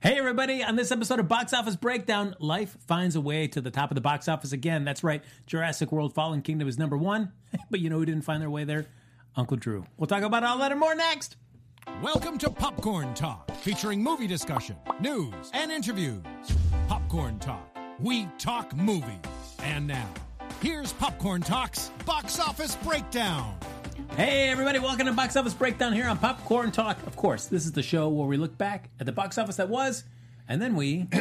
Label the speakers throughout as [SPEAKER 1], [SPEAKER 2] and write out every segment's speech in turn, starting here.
[SPEAKER 1] Hey, everybody, on this episode of Box Office Breakdown, life finds a way to the top of the box office again. That's right, Jurassic World Fallen Kingdom is number one, but you know who didn't find their way there? Uncle Drew. We'll talk about all that and more next.
[SPEAKER 2] Welcome to Popcorn Talk, featuring movie discussion, news, and interviews. Popcorn Talk, we talk movies. And now, here's Popcorn Talk's box office breakdown.
[SPEAKER 1] Hey, everybody, welcome to Box Office Breakdown here on Popcorn Talk. Of course, this is the show where we look back at the box office that was, and then we.
[SPEAKER 3] No!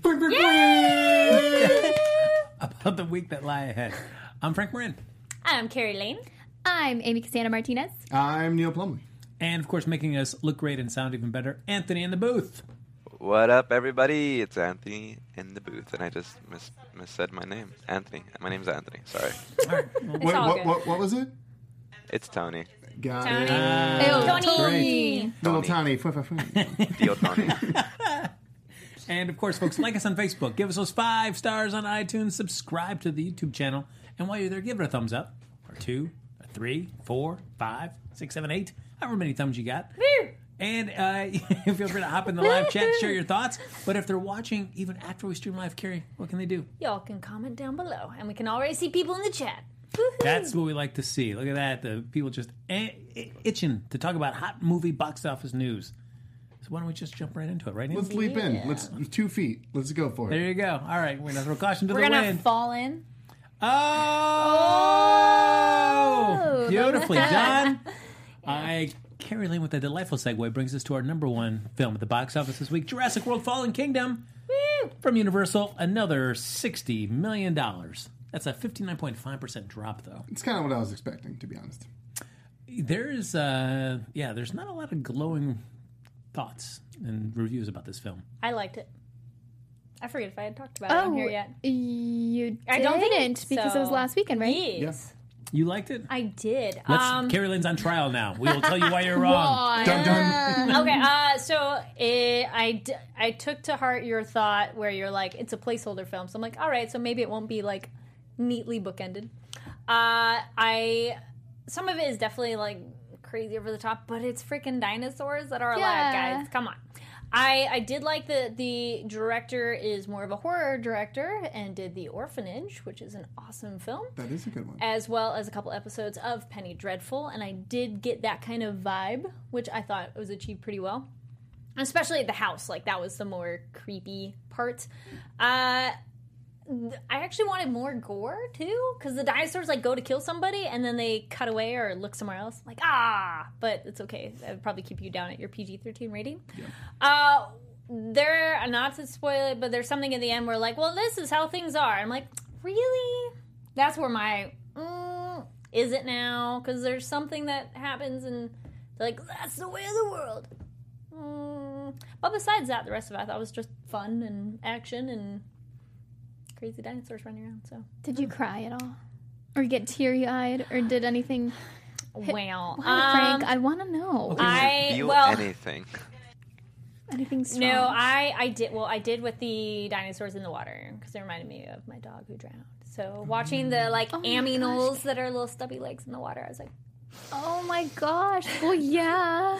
[SPEAKER 3] Stay!
[SPEAKER 1] about the week that lie ahead. I'm Frank Marin.
[SPEAKER 4] I'm Carrie Lane.
[SPEAKER 5] I'm Amy Cassandra Martinez.
[SPEAKER 6] I'm Neil Plumley.
[SPEAKER 1] And of course, making us look great and sound even better, Anthony in the booth.
[SPEAKER 7] What up, everybody? It's Anthony in the booth, and I just mis- mis- said my name. Anthony. My name's Anthony. Sorry.
[SPEAKER 6] Wait, what, what, what was it?
[SPEAKER 7] It's Tony.
[SPEAKER 6] Got
[SPEAKER 4] Tony.
[SPEAKER 6] it.
[SPEAKER 4] Tony.
[SPEAKER 6] Little Tony. Fwah, fwah, fwah.
[SPEAKER 7] Deal Tony.
[SPEAKER 1] And of course, folks, like us on Facebook, give us those five stars on iTunes, subscribe to the YouTube channel, and while you're there, give it a thumbs up, or two, or three, four, five, six, seven, eight, however many thumbs you got. And uh, feel free to hop in the live chat, share your thoughts. But if they're watching even after we stream live, Carrie, what can they do?
[SPEAKER 4] Y'all can comment down below, and we can already see people in the chat.
[SPEAKER 1] That's what we like to see. Look at that. The people just eh, eh, itching to talk about hot movie box office news. So why don't we just jump right into it, right?
[SPEAKER 6] Let's
[SPEAKER 1] Nancy?
[SPEAKER 6] leap in. Let's two feet. Let's go for
[SPEAKER 1] There
[SPEAKER 6] it.
[SPEAKER 1] you go. All right, we're gonna throw caution to
[SPEAKER 5] We're
[SPEAKER 1] the
[SPEAKER 5] gonna
[SPEAKER 1] wind.
[SPEAKER 5] fall in.
[SPEAKER 1] Oh,
[SPEAKER 5] Oh,
[SPEAKER 1] beautifully
[SPEAKER 5] look at
[SPEAKER 1] done. I Carrie Lane with a delightful segue brings us to our number one film at the box office this week: Jurassic World: Fallen Kingdom from Universal. Another sixty million dollars. That's a fifty-nine point five percent drop, though.
[SPEAKER 6] It's kind of what I was expecting, to be honest.
[SPEAKER 1] There's, uh, yeah, there's not a lot of glowing thoughts and reviews about this film.
[SPEAKER 4] I liked it. I forget if I had talked about it on
[SPEAKER 5] Oh,
[SPEAKER 4] here yet.
[SPEAKER 5] you didn't
[SPEAKER 4] I don't think
[SPEAKER 5] because
[SPEAKER 4] so.
[SPEAKER 5] it was last weekend, right?
[SPEAKER 4] Yes,
[SPEAKER 1] You liked it?
[SPEAKER 4] I did.
[SPEAKER 1] Let's,
[SPEAKER 4] um,
[SPEAKER 1] Carrie Lane's on trial now. We will tell you why you're wrong.
[SPEAKER 6] Dun dun.
[SPEAKER 4] okay, uh, so eh, I, d- I took to heart your thought where you're like, it's a placeholder film. So I'm like, all right, so maybe it won't be like neatly bookended. Uh, I some of it is definitely like crazy over the top, but it's freaking dinosaurs that are
[SPEAKER 5] Yeah.
[SPEAKER 4] alive, guys. Come on. I, I did like that the director is more of a horror director and did The Orphanage, which is an awesome film
[SPEAKER 6] That is a good one.
[SPEAKER 4] as well as a couple episodes of Penny Dreadful, and I did get that kind of vibe, which I thought was achieved pretty well. Especially at the house, like that was the more creepy part. Uh, th- I actually wanted more gore too, because the dinosaurs like go to kill somebody and then they cut away or look somewhere else. Like ah, but it's okay. That would probably keep you down at your PG thirteen rating. Uh, there, not to spoil it, but there's something at the end where like, well, this is how things are. I'm like, really? that's where my mm, is it now because there's something that happens and they're like that's the way of the world mm. but besides that the rest of it i thought was just fun and action and crazy dinosaurs running around so
[SPEAKER 5] Did you cry at all, or get teary eyed, or did anything?
[SPEAKER 4] wow
[SPEAKER 5] Why, Frank,
[SPEAKER 4] Um,
[SPEAKER 5] I want to know.
[SPEAKER 4] I-
[SPEAKER 7] Feel
[SPEAKER 4] well-
[SPEAKER 7] anything.
[SPEAKER 5] anything strong?
[SPEAKER 4] no i i did well i did with the dinosaurs in the water because it reminded me of my dog who drowned so watching the like
[SPEAKER 5] Oh my
[SPEAKER 4] aminals that are little stubby legs in the water i was like
[SPEAKER 5] Oh my gosh. Well, yeah.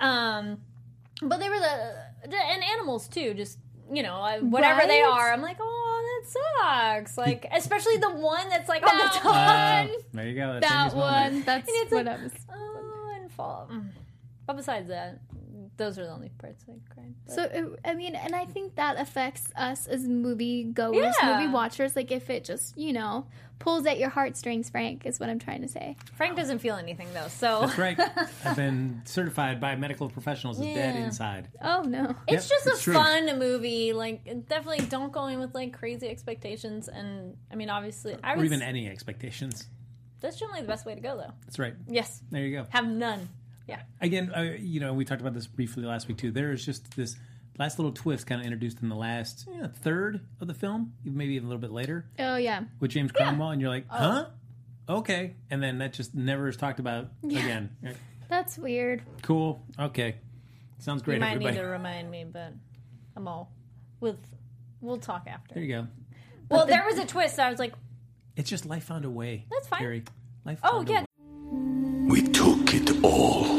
[SPEAKER 4] Um, but they were the and animals too. Just you know, I- whatever they
[SPEAKER 5] Right?
[SPEAKER 4] are, I'm like, oh,
[SPEAKER 3] sucks. Like, especially the one that's like on the top.
[SPEAKER 1] Uh, there you go. That's Amy's
[SPEAKER 3] that
[SPEAKER 1] moment.
[SPEAKER 3] one.
[SPEAKER 4] That's
[SPEAKER 3] and it's
[SPEAKER 4] what
[SPEAKER 3] like,
[SPEAKER 4] I was-
[SPEAKER 3] Oh, and fall. Mm. But besides that, those are the only parts I cried. But-
[SPEAKER 4] So it, I mean, and I think that affects us as movie goers,
[SPEAKER 3] Yeah.
[SPEAKER 4] movie watchers. Like if it just you know pulls at your heartstrings, Frank is what I'm trying to say.
[SPEAKER 3] Frank doesn't feel anything though. So
[SPEAKER 1] That's right. I've been certified by medical professionals as dead
[SPEAKER 3] Yeah.
[SPEAKER 1] inside.
[SPEAKER 4] Oh no,
[SPEAKER 3] It's
[SPEAKER 1] Yep,
[SPEAKER 3] just
[SPEAKER 1] it's
[SPEAKER 3] a
[SPEAKER 1] true.
[SPEAKER 3] fun movie. Like, definitely don't go in with like crazy expectations. And I mean, obviously, I
[SPEAKER 1] or
[SPEAKER 3] would.
[SPEAKER 1] even
[SPEAKER 3] s-
[SPEAKER 1] any expectations.
[SPEAKER 3] that's generally the best way to go, though.
[SPEAKER 1] That's right.
[SPEAKER 3] Yes,
[SPEAKER 1] There you go.
[SPEAKER 3] have none. Yeah,
[SPEAKER 1] Again, uh, you know, we talked about this briefly last week too. There is just this last little twist kind of introduced in the last yeah, third of the film, maybe even a little bit later,
[SPEAKER 4] Oh yeah,
[SPEAKER 1] with James Cromwell, and you're
[SPEAKER 3] Oh.
[SPEAKER 1] like, huh? Okay. And then that just never is talked about again. You're like,
[SPEAKER 4] that's weird.
[SPEAKER 1] cool. Okay. Sounds great,
[SPEAKER 3] you might
[SPEAKER 1] everybody.
[SPEAKER 3] need to remind me, but I'm all with. We'll talk after.
[SPEAKER 1] There you go.
[SPEAKER 3] Well, there was a twist. that I was like,
[SPEAKER 1] It's just life found a way.
[SPEAKER 3] That's fine.
[SPEAKER 1] Harry. Life
[SPEAKER 3] oh yeah,
[SPEAKER 8] We took it all.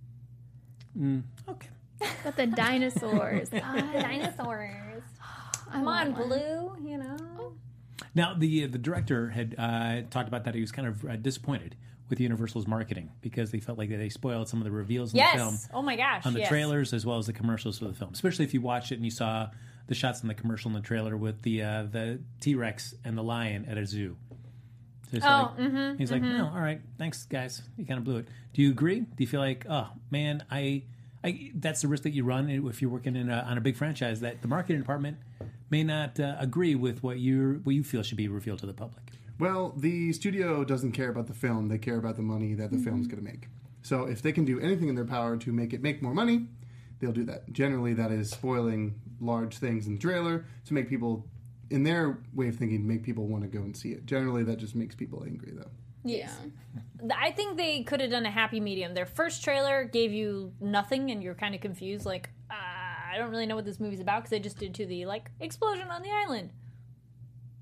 [SPEAKER 4] But the dinosaurs.
[SPEAKER 3] Ah, dinosaurs. Come on,
[SPEAKER 4] want one. Oh.
[SPEAKER 3] blue. You know.
[SPEAKER 1] Now, the the director had uh, talked about that he was kind of uh, disappointed with Universal's marketing because they felt like they spoiled some of the reveals in the film
[SPEAKER 3] Yes. Oh my gosh.
[SPEAKER 1] on the
[SPEAKER 3] yes.
[SPEAKER 1] trailers as well as the commercials for the film. Especially if you watched it and you saw the shots in the commercial and the trailer with the uh, the T Rex and the lion at a zoo. So it's
[SPEAKER 3] Oh,
[SPEAKER 1] like-
[SPEAKER 4] mm-hmm,
[SPEAKER 3] mhm,
[SPEAKER 1] he's like, no, all right, thanks guys. You kind of blew it. Do you agree? Do you feel like, oh man, I, I that's the risk that you run if you're working in a, on a big franchise that the marketing department may not uh, agree with what you what you feel should be revealed to the public.
[SPEAKER 9] Well, the studio doesn't care about the film; they care about the money that the film's going to make. So, if they can do anything in their power to make it make more money, they'll do that. Generally, that is spoiling large things in the trailer to make people, in their way of thinking, make people want to go and see it. Generally, that just makes people angry, though.
[SPEAKER 3] Yes. Th- I think they could have done a happy medium. Their first trailer gave you nothing, and you're kind of confused, like, uh, I don't really know what this movie's about because they just did to the like explosion on the island.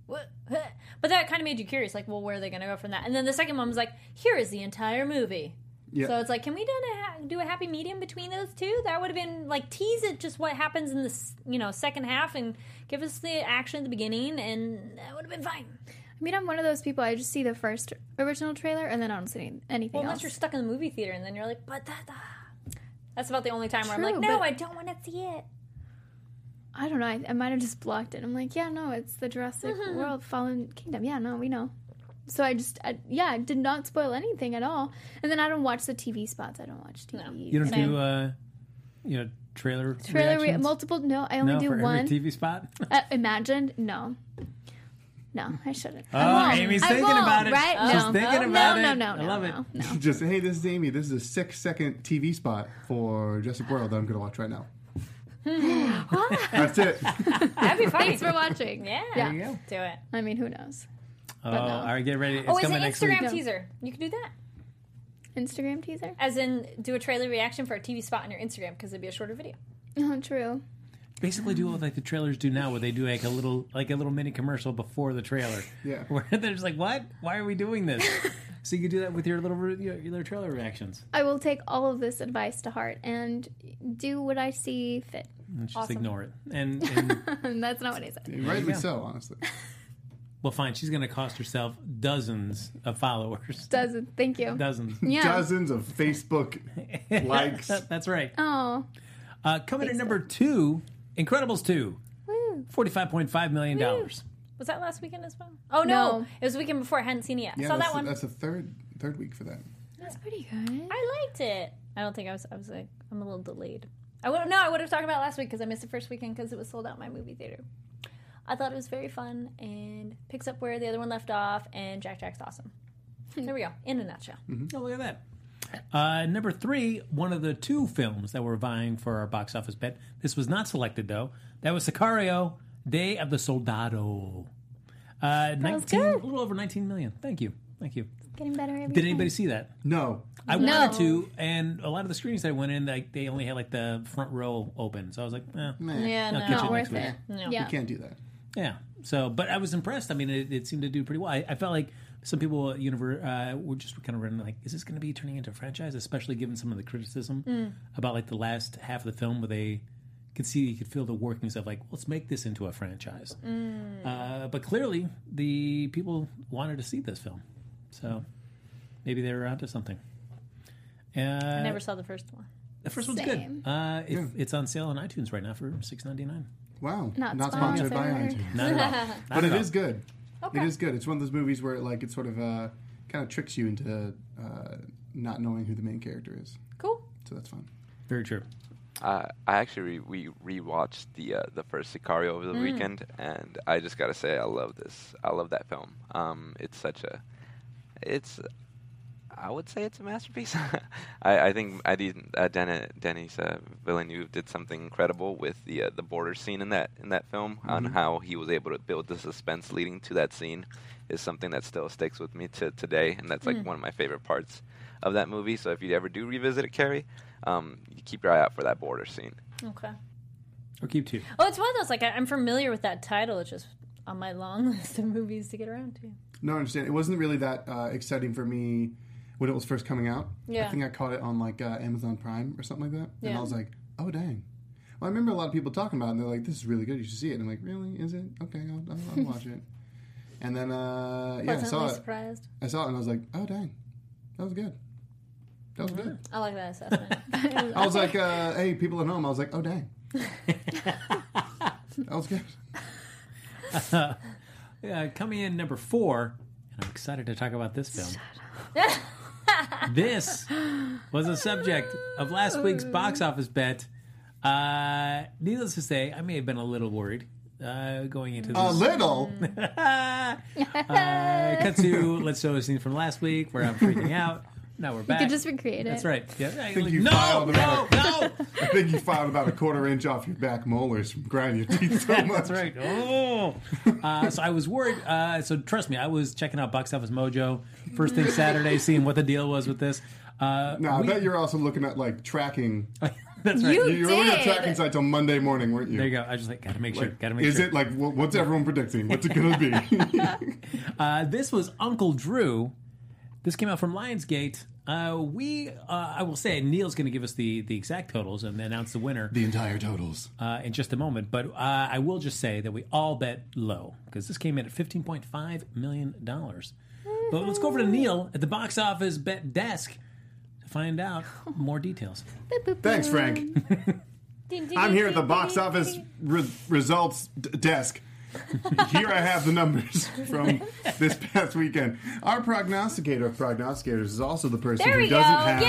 [SPEAKER 3] What? But that kind of made you curious, like, well, where are they going to go from that? And then the second one was like, here is the entire movie.
[SPEAKER 9] Yeah.
[SPEAKER 3] So it's like, can we do a, ha- do a happy medium between those two? That would have been like tease it just what happens in this, you know, second half, and give us the action at the beginning, and that would have been fine.
[SPEAKER 4] I mean, I'm one of those people. I just see the first original trailer and then I don't see any- anything
[SPEAKER 3] Well, unless
[SPEAKER 4] else.
[SPEAKER 3] you're stuck in the movie theater and then you're like, but that, ah." that's about the only time where I'm like,
[SPEAKER 4] True,
[SPEAKER 3] no,
[SPEAKER 4] but-
[SPEAKER 3] I don't want to see it.
[SPEAKER 4] I don't know. I, I might have just blocked it. I'm like, yeah, no, it's the Jurassic
[SPEAKER 3] Mm-hmm.
[SPEAKER 4] World Fallen Kingdom. Yeah, no, we know. So I just, I, yeah, I did not spoil anything at all. And then I don't watch the TV spots. I don't watch TV.
[SPEAKER 1] You don't do uh, you know trailer
[SPEAKER 4] trailer re-
[SPEAKER 1] reactions?
[SPEAKER 4] multiple. No, I only
[SPEAKER 1] no,
[SPEAKER 4] do
[SPEAKER 1] for
[SPEAKER 4] one.
[SPEAKER 1] every TV spot.
[SPEAKER 4] uh, imagined? No. No, I shouldn't.
[SPEAKER 1] Oh,
[SPEAKER 4] I won't.
[SPEAKER 1] Amy's
[SPEAKER 4] I
[SPEAKER 1] thinking
[SPEAKER 4] won't,
[SPEAKER 1] about it.
[SPEAKER 4] Right?
[SPEAKER 1] She's
[SPEAKER 4] no.
[SPEAKER 1] thinking
[SPEAKER 4] no,
[SPEAKER 1] about
[SPEAKER 4] no,
[SPEAKER 1] it.
[SPEAKER 4] no, no,
[SPEAKER 1] I love
[SPEAKER 4] no,
[SPEAKER 1] it.
[SPEAKER 4] No.
[SPEAKER 9] Just hey, this is Amy. This is a six-second TV spot for Jurassic World that I'm going to watch right now. That's it.
[SPEAKER 3] That'd be fine.
[SPEAKER 4] Thanks for watching.
[SPEAKER 3] yeah,
[SPEAKER 4] Yeah.
[SPEAKER 3] do it.
[SPEAKER 4] I mean, who knows?
[SPEAKER 1] Oh,
[SPEAKER 4] no.
[SPEAKER 1] all right, get ready. It's
[SPEAKER 3] oh, it's an
[SPEAKER 1] coming next
[SPEAKER 3] Instagram
[SPEAKER 1] week.
[SPEAKER 3] teaser. You can do that.
[SPEAKER 4] Instagram teaser?
[SPEAKER 3] As in, do a trailer reaction for a TV spot on your Instagram because it'd be a shorter video.
[SPEAKER 4] Oh, true.
[SPEAKER 1] basically do what like the trailers do now where they do like a little like a little mini commercial before the trailer
[SPEAKER 9] Yeah.
[SPEAKER 1] where they're just like what why are we doing this so you can do that with your little re- your, your little trailer reactions
[SPEAKER 4] I will take all of this advice to heart and do what I see fit.
[SPEAKER 1] and just
[SPEAKER 4] Awesome.
[SPEAKER 1] ignore it and, and
[SPEAKER 4] That's not what I said.
[SPEAKER 9] Rightly so, honestly.
[SPEAKER 1] well fine she's going to cost herself dozens of followers
[SPEAKER 4] Doesn't. Thank you.
[SPEAKER 1] dozens
[SPEAKER 4] Yeah.
[SPEAKER 9] Dozens of Facebook likes.
[SPEAKER 1] that's right
[SPEAKER 4] Oh,
[SPEAKER 1] uh, coming in number two incredibles 2 $45.5 million dollars
[SPEAKER 3] Was that last weekend as well? Oh no,
[SPEAKER 4] No.
[SPEAKER 3] it was the weekend before. I hadn't seen it yet.
[SPEAKER 9] Yeah,
[SPEAKER 3] Saw
[SPEAKER 9] that's,
[SPEAKER 3] that
[SPEAKER 9] the-
[SPEAKER 3] one.
[SPEAKER 9] that's the third third week for that.
[SPEAKER 4] that's pretty good.
[SPEAKER 3] I liked it. I don't think I was. I was like, I'm a little delayed. I would no. I would have talked about it last week because I missed the first weekend because it was sold out in my movie theater. I thought it was very fun and picks up where the other one left off. And Jack Jack's awesome.
[SPEAKER 4] Hmm.
[SPEAKER 3] there we go. In a nutshell.
[SPEAKER 9] Hmm.
[SPEAKER 1] oh look at that uh, number three, one of the two films that were vying for our box office bet. This was not selected, though. That was Sicario, Day of the Soldado. Uh, 19, a little over 19 million. Thank you. Thank you.
[SPEAKER 4] Getting better every
[SPEAKER 1] Did anybody see that?
[SPEAKER 9] No.
[SPEAKER 1] I
[SPEAKER 4] No.
[SPEAKER 1] wanted to, and a lot of the screens I went in, like they only had like the front row open, so I was like, eh,
[SPEAKER 4] Yeah,
[SPEAKER 1] I'll
[SPEAKER 4] no.
[SPEAKER 1] catch
[SPEAKER 4] Not
[SPEAKER 1] it next
[SPEAKER 4] worth
[SPEAKER 1] week.
[SPEAKER 4] it. No. Yeah.
[SPEAKER 9] You can't do that.
[SPEAKER 1] Yeah. So, but I was impressed. I mean, it, it seemed to do pretty well. I, I felt like some people at Univer uh, were just kind of running like, is this going to be turning into a franchise? Especially given some of the criticism
[SPEAKER 10] Mm.
[SPEAKER 1] about like the last half of the film where they could see, you could feel the workings of like, let's make this into a franchise.
[SPEAKER 10] Mm.
[SPEAKER 1] Uh, but clearly, the people wanted to see this film. So maybe they were onto something. Uh,
[SPEAKER 3] I never saw the first one.
[SPEAKER 1] The first one's
[SPEAKER 3] Same.
[SPEAKER 1] good. Uh, if, It's on sale on iTunes right now for six ninety nine.
[SPEAKER 9] Wow.
[SPEAKER 3] Not Not sponsored.
[SPEAKER 9] by
[SPEAKER 3] sponsored.
[SPEAKER 9] iTunes.
[SPEAKER 1] Not at all. Not
[SPEAKER 9] but
[SPEAKER 1] at
[SPEAKER 9] it
[SPEAKER 1] all.
[SPEAKER 9] is good.
[SPEAKER 3] Okay.
[SPEAKER 9] It is good. It's one of those movies where like it sort of uh, kind of tricks you into uh, not knowing who the main character is.
[SPEAKER 3] Cool.
[SPEAKER 9] So that's fun.
[SPEAKER 1] Very true.
[SPEAKER 11] Uh, I actually re- we rewatched the uh, the first Sicario over the
[SPEAKER 3] Mm.
[SPEAKER 11] weekend, and I just gotta say I love this. I love that film. Um, it's such a, it's, I would say it's a masterpiece. I, I think I did, uh, Den- Denis uh, Villeneuve did something incredible with the uh, the border scene in that in that film. On
[SPEAKER 12] Mhm.
[SPEAKER 11] how he was able to build the suspense leading to that scene is something that still sticks with me to today, and that's like
[SPEAKER 12] Mm.
[SPEAKER 11] one of my favorite parts of that movie. So if you ever do revisit it, Carrie, um, you keep your eye out for that border scene.
[SPEAKER 3] Okay.
[SPEAKER 1] Or keep two.
[SPEAKER 3] Oh, it's one of those like I, I'm familiar with that title. It's just on my long list of movies to get around to.
[SPEAKER 9] No, I understand. It wasn't really that uh, exciting for me when it was first coming out.
[SPEAKER 3] Yeah.
[SPEAKER 9] I think I caught it on like uh, Amazon Prime or something like that, and
[SPEAKER 3] Yeah.
[SPEAKER 9] I was like, oh dang. Well, I remember a lot of people talking about it, and they're like, "This is really good. You should see it." And I'm like, "Really? Is it? Okay, I'll, I'll, I'll watch it." And then, uh, yeah, I
[SPEAKER 3] Pleasantly
[SPEAKER 9] saw it.
[SPEAKER 3] surprised.
[SPEAKER 9] I saw it, and I was like, "Oh dang, that was good. That was good."
[SPEAKER 3] I like that assessment.
[SPEAKER 9] I was like, uh, "Hey, people at home," I was like, "Oh dang, that was good."
[SPEAKER 1] uh, coming in number four, and I'm excited to talk about this film. this was a subject of last week's box office bet. Uh, needless to say, I may have been a little worried uh, going into this.
[SPEAKER 9] A little.
[SPEAKER 1] Uh, cut to let's show a scene from last week where I'm freaking out. Now we're
[SPEAKER 4] You
[SPEAKER 1] back.
[SPEAKER 4] could just recreate it.
[SPEAKER 1] That's right. Yeah.
[SPEAKER 9] I think you
[SPEAKER 1] no,
[SPEAKER 9] filed
[SPEAKER 1] no,
[SPEAKER 9] about
[SPEAKER 1] no.
[SPEAKER 9] I think you filed about a quarter inch off your back molars from grinding your teeth so much.
[SPEAKER 1] That's right. Oh, uh, so I was worried. Uh, so trust me, I was checking out Box Office Mojo first thing Saturday, seeing what the deal was with this. Uh,
[SPEAKER 9] No, I
[SPEAKER 1] we-
[SPEAKER 9] bet you're also looking at like tracking.
[SPEAKER 1] That's right.
[SPEAKER 9] You, were looking at tracking sites on Monday morning, weren't you? There
[SPEAKER 1] you go. I just like gotta make sure. Gotta make
[SPEAKER 9] is
[SPEAKER 1] sure.
[SPEAKER 9] it like wh- what's everyone predicting? What's it gonna be?
[SPEAKER 1] Uh, this was Uncle Drew. This came out from Lionsgate. Uh, we, uh, I will say, Neil's going to give us the the exact totals and announce the winner.
[SPEAKER 9] The entire totals
[SPEAKER 1] uh, in just a moment. But uh, I will just say that we all bet low because this came in at fifteen point five million dollars. But let's go over to Neil at the box office bet desk to find out more details.
[SPEAKER 9] Thanks, Frank. I'm here at the box office re- results d- desk. here I have the numbers from this past weekend. Our prognosticator of prognosticators is also the person
[SPEAKER 3] there
[SPEAKER 9] who
[SPEAKER 3] we go.
[SPEAKER 9] doesn't have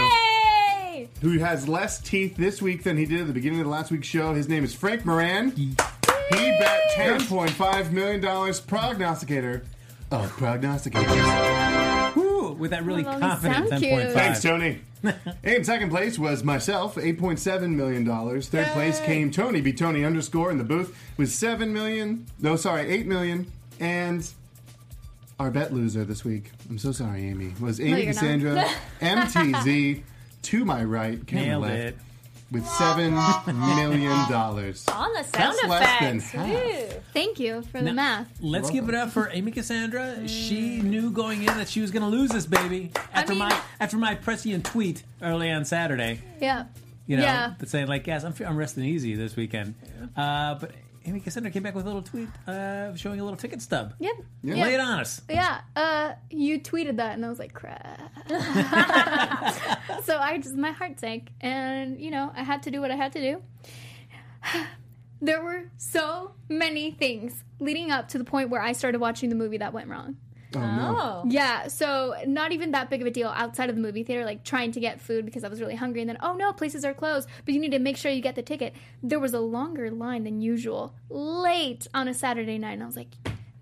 [SPEAKER 3] Yay!
[SPEAKER 9] who has less teeth this week than he did at the beginning of the last week's show. His name is Frank Moran. He bet ten point five million dollars. Prognosticator of prognosticators.
[SPEAKER 1] Woo, with that really
[SPEAKER 9] Well, they sound
[SPEAKER 1] confident confident ten
[SPEAKER 9] cute.
[SPEAKER 1] point five.
[SPEAKER 9] Thanks, Tony. In second place was myself, eight point seven million dollars. Third place came Tony. Be Tony underscore in the booth with seven million. No, sorry, eight million. And our bet loser this week. I'm so sorry, Amy. Was
[SPEAKER 4] No,
[SPEAKER 9] Amy
[SPEAKER 4] you're not.
[SPEAKER 9] Cassandra MTZ to my right, camera
[SPEAKER 1] Nailed
[SPEAKER 9] left,
[SPEAKER 1] it.
[SPEAKER 9] with seven million dollars.
[SPEAKER 4] On
[SPEAKER 3] the
[SPEAKER 9] sound That's less than effects. half.
[SPEAKER 4] Thank you for
[SPEAKER 1] Now,
[SPEAKER 4] the math.
[SPEAKER 1] Let's give it up for Amy Cassandra. She knew going in that she was going to lose this baby after my after my prescient tweet early on Saturday.
[SPEAKER 4] Yeah.
[SPEAKER 1] You know,
[SPEAKER 4] Yeah.
[SPEAKER 1] that's saying like, "Guys, I'm fe- I'm resting easy this weekend." Uh, but Amy Cassandra came back with a little tweet uh, showing a little ticket stub.
[SPEAKER 4] Yep.
[SPEAKER 1] Yeah.
[SPEAKER 4] Yeah.
[SPEAKER 1] Lay it on us.
[SPEAKER 4] Yeah, uh, you tweeted that, and I was like, crap. so I just, my heart sank, and you know, I had to do what I had to do. there were so many things leading up to the point where I started watching the movie that went wrong.
[SPEAKER 9] Oh, no.
[SPEAKER 4] Yeah, so not even that big of a deal outside of the movie theater, like trying to get food because I was really hungry, and then, oh no, places are closed, but you need to make sure you get the ticket. There was a longer line than usual late on a Saturday night, and I was like,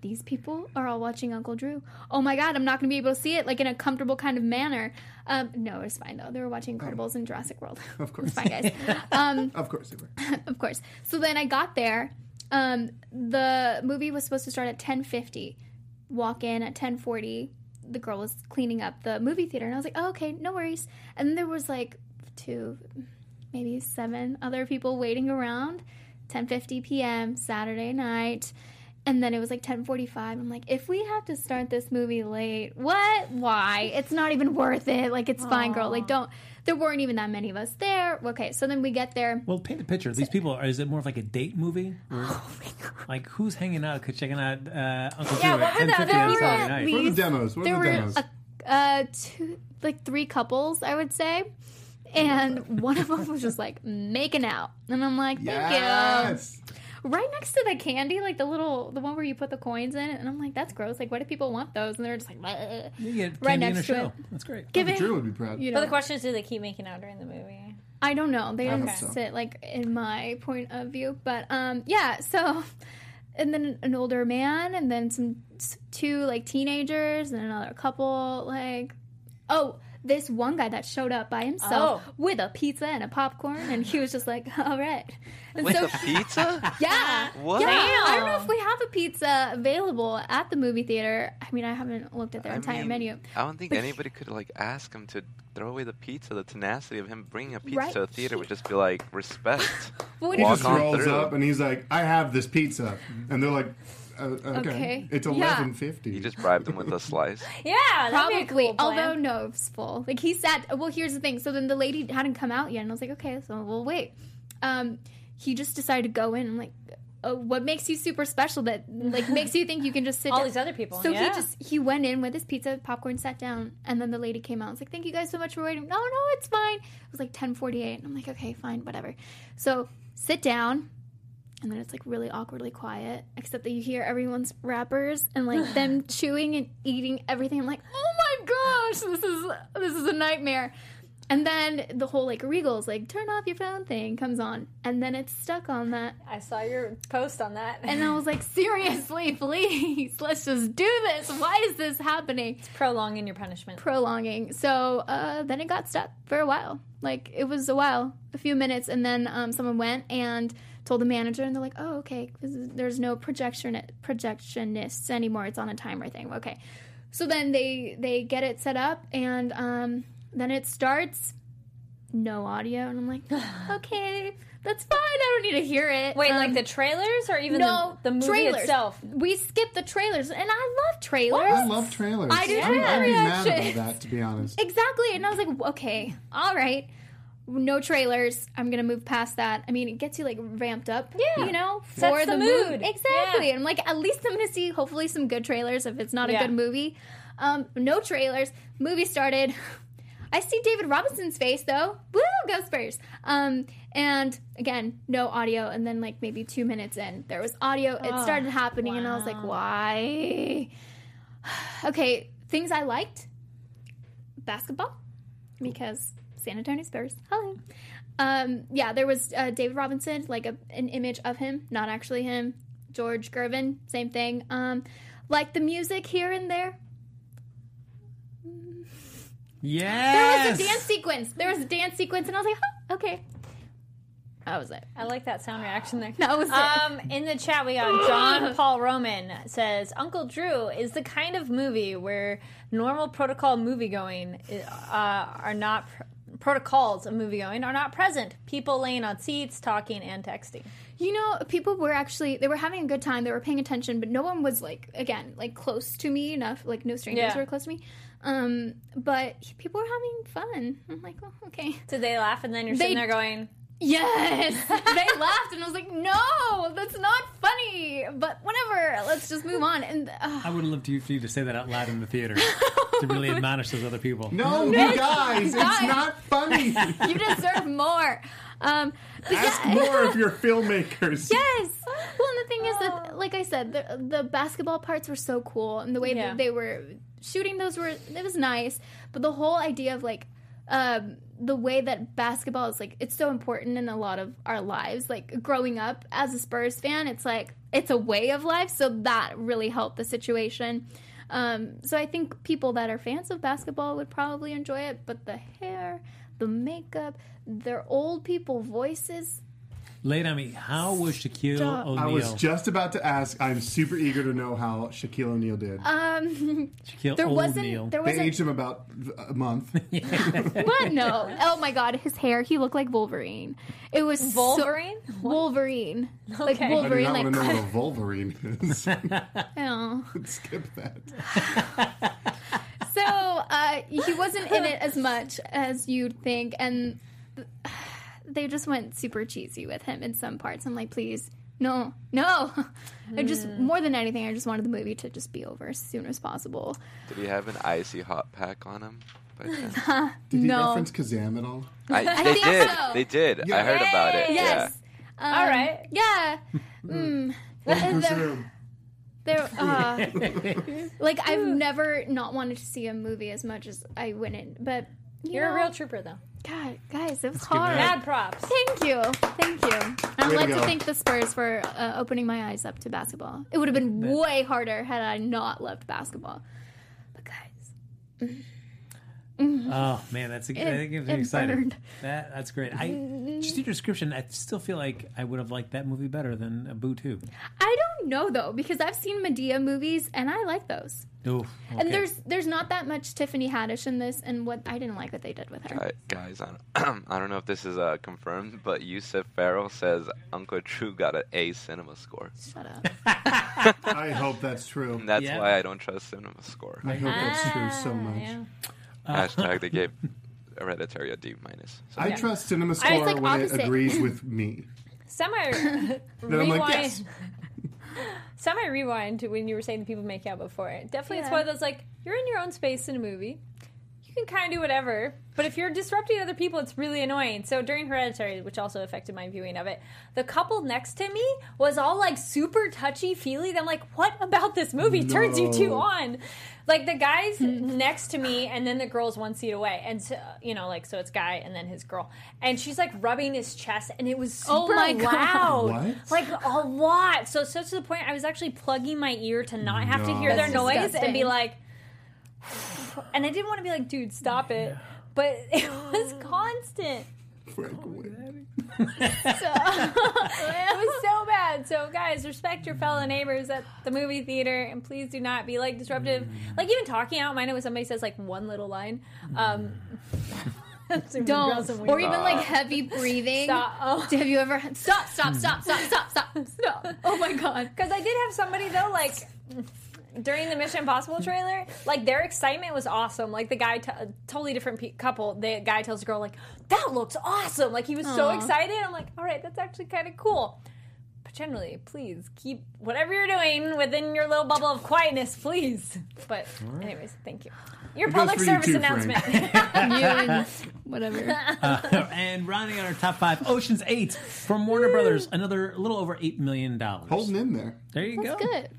[SPEAKER 4] these people are all watching Uncle Drew. Oh my God, I'm not going to be able to see it like in a comfortable kind of manner. Um, no, it's fine though. They were watching Incredibles and Jurassic World.
[SPEAKER 9] Oh. Of course.
[SPEAKER 4] fine, guys. Um,
[SPEAKER 9] of course they were.
[SPEAKER 4] of course. So then I got there. Um, the movie was supposed to start at 10:50. walk in at 10:40. The girl was cleaning up the movie theater, and I was like, oh, "Okay, no worries." And there was like two, maybe seven other people waiting around. 10:50 p.m. Saturday night. And then it was like 10:45. I'm like, if we have to start this movie late, what? Why? It's not even worth it. Like it's fine, girl. Like don't. There weren't even that many of us there. Okay, so then we get there.
[SPEAKER 1] Well, paint the picture. These people are, is it more of like a date movie?
[SPEAKER 4] Oh
[SPEAKER 1] Or, Like who's hanging out, checking out uh, Uncle
[SPEAKER 4] Yeah,
[SPEAKER 1] Drew
[SPEAKER 4] what
[SPEAKER 1] at
[SPEAKER 4] were the-
[SPEAKER 1] 10:50
[SPEAKER 4] there
[SPEAKER 1] on
[SPEAKER 4] were
[SPEAKER 1] Saturday
[SPEAKER 4] at
[SPEAKER 1] night?
[SPEAKER 4] least- What are the
[SPEAKER 9] demos?
[SPEAKER 4] Oh. there were A, uh, two, like three couples, I would say, and one of them was just like making out, and I'm like, thank
[SPEAKER 9] Yes.
[SPEAKER 4] you. Right next to the candy, like the little, the one where you put the coins in, and I'm like, that's gross. Like, why do people want those? And they're just like, "Bleh." right next to it.
[SPEAKER 1] That's great.
[SPEAKER 4] Give Uncle it- Drew would be proud. you
[SPEAKER 3] But
[SPEAKER 4] know.
[SPEAKER 3] the question is, do they keep making out during the movie?
[SPEAKER 4] I don't know. They
[SPEAKER 3] I
[SPEAKER 4] didn't
[SPEAKER 3] hope so.
[SPEAKER 4] sit like in my point of view, but um, yeah. So, and then an older man, and then some s- two like teenagers, and another couple. Like, oh, this one guy that showed up by himself
[SPEAKER 3] Oh.
[SPEAKER 4] with a pizza and a popcorn, and he was just like, all right. And
[SPEAKER 11] With a pizza?
[SPEAKER 4] yeah.
[SPEAKER 11] What?
[SPEAKER 4] Yeah. I don't know
[SPEAKER 11] Damn.
[SPEAKER 4] if we have a pizza available at the movie theater. I mean, I haven't looked at their
[SPEAKER 11] I
[SPEAKER 4] entire
[SPEAKER 11] mean,
[SPEAKER 4] menu.
[SPEAKER 11] I don't think
[SPEAKER 4] But
[SPEAKER 11] anybody could like ask him to throw away the pizza. The tenacity of him bringing a pizza
[SPEAKER 4] Right,
[SPEAKER 11] to a theater would just be like respect.
[SPEAKER 4] But
[SPEAKER 9] he
[SPEAKER 11] Walk
[SPEAKER 9] just
[SPEAKER 11] on
[SPEAKER 9] rolls
[SPEAKER 11] through.
[SPEAKER 9] up and he's like, "I have this pizza," and they're like, uh, okay.
[SPEAKER 4] Okay.
[SPEAKER 9] it's
[SPEAKER 4] Yeah.
[SPEAKER 9] eleven fifty.
[SPEAKER 11] You just bribed him with a slice.
[SPEAKER 4] Yeah,
[SPEAKER 3] that'd be a
[SPEAKER 4] probably.
[SPEAKER 3] cool plan.
[SPEAKER 4] although no, it was full. Like he sat. Well, here's the thing. So then the lady hadn't come out yet, and I was like, okay, so we'll wait. Um, he just decided to go in. and like, uh, what makes you super special that like makes you think you can just sit?
[SPEAKER 3] All
[SPEAKER 4] down?
[SPEAKER 3] these other people,
[SPEAKER 4] So he
[SPEAKER 3] yeah.
[SPEAKER 4] just he went in with his pizza, popcorn, sat down, and then the lady came out. and was like, thank you guys so much for waiting. No, no, it's fine. It was like ten forty eight, and I'm like, okay, fine, whatever. So sit down. And then it's like really awkwardly quiet, except that you hear everyone's rappers and like them chewing and eating everything. I'm like, oh my gosh, this is this is a nightmare. And then the whole like Regal's like turn off your phone thing comes on, and then it's stuck on that.
[SPEAKER 3] I saw your post on that,
[SPEAKER 4] And I was like, seriously, please, let's just do this. Why is this happening? It's
[SPEAKER 3] prolonging your punishment.
[SPEAKER 4] Prolonging. So uh, then it got stuck for a while. Like it was a while, a few minutes, and then um, someone went and told the manager, and they're like, "Oh, okay, 'cause there's no projection projectionists anymore. It's on a timer thing." Okay. So then they they get it set up, and um, then it starts. No audio, and I'm like, okay, that's fine. I don't need to hear it.
[SPEAKER 3] Wait,
[SPEAKER 4] Um,
[SPEAKER 3] like the trailers or even
[SPEAKER 4] no,
[SPEAKER 3] the, the movie
[SPEAKER 4] trailers.
[SPEAKER 3] itself?
[SPEAKER 4] We skip the trailers, and I love trailers.
[SPEAKER 9] I love trailers.
[SPEAKER 4] I do
[SPEAKER 9] I'm- I'd be mad about
[SPEAKER 4] reactions.
[SPEAKER 9] that, to be honest.
[SPEAKER 4] Exactly. And I was like, okay, all right. No trailers. I'm gonna move past that. I mean, it gets you like ramped up, yeah. you know,
[SPEAKER 3] Sets
[SPEAKER 4] for
[SPEAKER 3] the
[SPEAKER 4] the,
[SPEAKER 3] mood.
[SPEAKER 4] mood. Exactly. And I'm like, at least I'm gonna see hopefully some good trailers if it's not a
[SPEAKER 3] Yeah.
[SPEAKER 4] good movie. Um, no trailers. Movie started. I see David Robinson's face though. Woo, go Spurs. Um, and again, no audio. And then like maybe two minutes in, there was audio. It
[SPEAKER 3] Oh,
[SPEAKER 4] started happening, and I was like, why? okay, things I liked basketball because San Antonio Spurs. Hello. Um, yeah, there was uh, David Robinson, like a, an image of him, not actually him. George Gervin, same thing. Um, like the music here and there.
[SPEAKER 1] Yes.
[SPEAKER 4] There was a dance sequence. There was a dance sequence, and I was like, huh, okay. That was it.
[SPEAKER 3] I like that sound reaction there.
[SPEAKER 4] That was it.
[SPEAKER 3] um, in the chat. We got John Paul Roman says Uncle Drew is the kind of movie where normal protocol movie going uh, are not protocols of movie going are not present. People laying on seats, talking and texting.
[SPEAKER 4] You know, people were actually they were having a good time. They were paying attention, but no one was like again like close to me enough. Like no strangers
[SPEAKER 3] Yeah.
[SPEAKER 4] were close to me. Um, but people were having fun. I'm like, oh, okay.
[SPEAKER 3] Did they laugh? And then you're
[SPEAKER 4] They-
[SPEAKER 3] sitting there going,
[SPEAKER 4] Yes, they laughed, and I was like, no, that's not funny. But whatever, let's just move on. And uh,
[SPEAKER 1] I would love to, for you to say that out loud in the theater to really admonish those other people.
[SPEAKER 9] No, Oh, you
[SPEAKER 4] No,
[SPEAKER 9] guys, it's
[SPEAKER 4] guys.
[SPEAKER 9] not funny.
[SPEAKER 4] you deserve more. Um, but
[SPEAKER 9] Ask
[SPEAKER 4] yeah.
[SPEAKER 9] more if you're filmmakers.
[SPEAKER 4] Yes. Well, and the thing is that, like I said, the, the basketball parts were so cool, and the way
[SPEAKER 3] Yeah.
[SPEAKER 4] that they were shooting those were it was nice. But the whole idea of like um, the way that basketball is like it's so important in a lot of our lives. Like growing up as a Spurs fan, it's like it's a way of life. So that really helped the situation. Um, so I think people that are fans of basketball would probably enjoy it. But the hair, the makeup, their old people voices.
[SPEAKER 1] Lay it on me. How was Shaquille
[SPEAKER 4] Stop.
[SPEAKER 1] O'Neal?
[SPEAKER 9] I was just about to ask. I'm super eager to know how Shaquille O'Neal did.
[SPEAKER 4] Um, there wasn't.
[SPEAKER 9] they
[SPEAKER 4] There wasn't.
[SPEAKER 9] aged him about a month.
[SPEAKER 4] What? No. Oh my god, his hair. He looked like Wolverine. It was so-
[SPEAKER 3] Wolverine?
[SPEAKER 4] Wolverine. Like
[SPEAKER 3] Okay.
[SPEAKER 4] Wolverine.
[SPEAKER 9] I do
[SPEAKER 4] like
[SPEAKER 9] not want to know what a Wolverine is.
[SPEAKER 4] Oh.
[SPEAKER 9] Skip that.
[SPEAKER 4] So uh, he wasn't in it as much as you'd think, and th- they just went super cheesy with him in some parts. I'm like, please, no, no. I just
[SPEAKER 3] Hmm.
[SPEAKER 4] more than anything, I just wanted the movie to just be over as soon as possible.
[SPEAKER 11] Did he have an icy hot pack on him? by chance?
[SPEAKER 9] Did he
[SPEAKER 4] no.
[SPEAKER 9] reference Kazam at all?
[SPEAKER 11] I,
[SPEAKER 4] I
[SPEAKER 11] they
[SPEAKER 4] think
[SPEAKER 11] did.
[SPEAKER 4] so.
[SPEAKER 11] They did. I heard about it.
[SPEAKER 4] Yes.
[SPEAKER 3] All right.
[SPEAKER 4] Um, Yeah. Mm. And there, there, uh, like I've never not wanted to see a movie as much as I went in, but you
[SPEAKER 3] You're a
[SPEAKER 4] know,
[SPEAKER 3] real trooper, though.
[SPEAKER 4] God, guys, it was
[SPEAKER 3] give it
[SPEAKER 4] hard.
[SPEAKER 3] up. Mad props.
[SPEAKER 4] Thank you, thank you. I'd
[SPEAKER 3] Way to
[SPEAKER 4] like to,
[SPEAKER 3] go.
[SPEAKER 4] thank the Spurs for uh, opening my eyes up to basketball. It would have been way harder had I not loved basketball.
[SPEAKER 1] Oh man, that's a,
[SPEAKER 4] It-
[SPEAKER 1] that gives me
[SPEAKER 4] it
[SPEAKER 1] excited.
[SPEAKER 4] burned.
[SPEAKER 1] That that's great. I just your description. I still feel like I would have liked that movie better than a Boo Two.
[SPEAKER 4] I don't know though because I've seen Medea movies and I like those.
[SPEAKER 1] Oof, okay.
[SPEAKER 4] And there's there's not that much Tiffany Haddish in this, and what I didn't like what they did with her.
[SPEAKER 11] Guy- Guys, I don't, I don't know if this is uh, confirmed, but Yusuf Farrell says Uncle True got an A cinema score.
[SPEAKER 4] Shut up.
[SPEAKER 9] I hope that's true.
[SPEAKER 11] That's
[SPEAKER 9] Yeah.
[SPEAKER 11] why I don't trust cinema score.
[SPEAKER 9] I hope that's true so much.
[SPEAKER 11] Hashtag they gave Hereditary a D minus. So-
[SPEAKER 9] I trust Cinema
[SPEAKER 3] I was
[SPEAKER 9] Score
[SPEAKER 3] like
[SPEAKER 9] when
[SPEAKER 3] opposite.
[SPEAKER 9] it agrees with me.
[SPEAKER 3] Semi
[SPEAKER 9] Then I'm
[SPEAKER 3] rewind.
[SPEAKER 9] like, yes.
[SPEAKER 3] Semi rewind to when you were saying the people make out before. Definitely, it's
[SPEAKER 4] Yeah.
[SPEAKER 3] one of those like you're in your own space in a movie. You can kind of do whatever, but if you're disrupting other people, it's really annoying. So during Hereditary, which also affected my viewing of it, the couple next to me was all like super touchy feely. I'm like, what about this movie turns you two
[SPEAKER 4] No.
[SPEAKER 3] on? Like the guys
[SPEAKER 4] Hmm.
[SPEAKER 3] next to me, and then the girl's one seat away, and so, you know, like so it's guy and then his girl, and she's like rubbing his chest, and it was super
[SPEAKER 4] Oh my God.
[SPEAKER 3] loud,
[SPEAKER 4] What?
[SPEAKER 3] like a lot. So so to the point, I was actually plugging my ear to not have to
[SPEAKER 4] No.
[SPEAKER 3] hear their
[SPEAKER 4] That's
[SPEAKER 3] noise and be
[SPEAKER 4] disgusting.
[SPEAKER 3] like, and I didn't want to be like, dude, stop it. But it was constant. it was so bad. So, guys, respect your fellow neighbors at the movie theater, and please do not be like disruptive. Like even talking out, mine when somebody says like one little line. Um,
[SPEAKER 4] Don't. Or even like heavy breathing.
[SPEAKER 3] Stop. Oh.
[SPEAKER 4] Have you ever stop, stop, stop, stop, stop, stop, stop. Oh my god.
[SPEAKER 3] Because I did have somebody though, like during the Mission Impossible trailer, like their excitement was awesome. Like the guy, t- a totally different pe- couple. The guy tells the girl, like, "That looks awesome!" Like he was so
[SPEAKER 4] Aw.
[SPEAKER 3] excited. I'm like, "All right, that's actually kind of cool." But generally, please keep whatever you're doing within your little bubble of quietness, please. But anyways, thank you. Your
[SPEAKER 1] It goes
[SPEAKER 3] public
[SPEAKER 1] for you
[SPEAKER 3] service
[SPEAKER 1] too, Frank.
[SPEAKER 3] announcement.
[SPEAKER 4] whatever.
[SPEAKER 1] Uh, and rounding out our top five, Ocean's Eight from Warner Brothers, another little over eight million dollars. Holding
[SPEAKER 9] in there.
[SPEAKER 1] There you
[SPEAKER 4] That's
[SPEAKER 1] go.
[SPEAKER 4] good.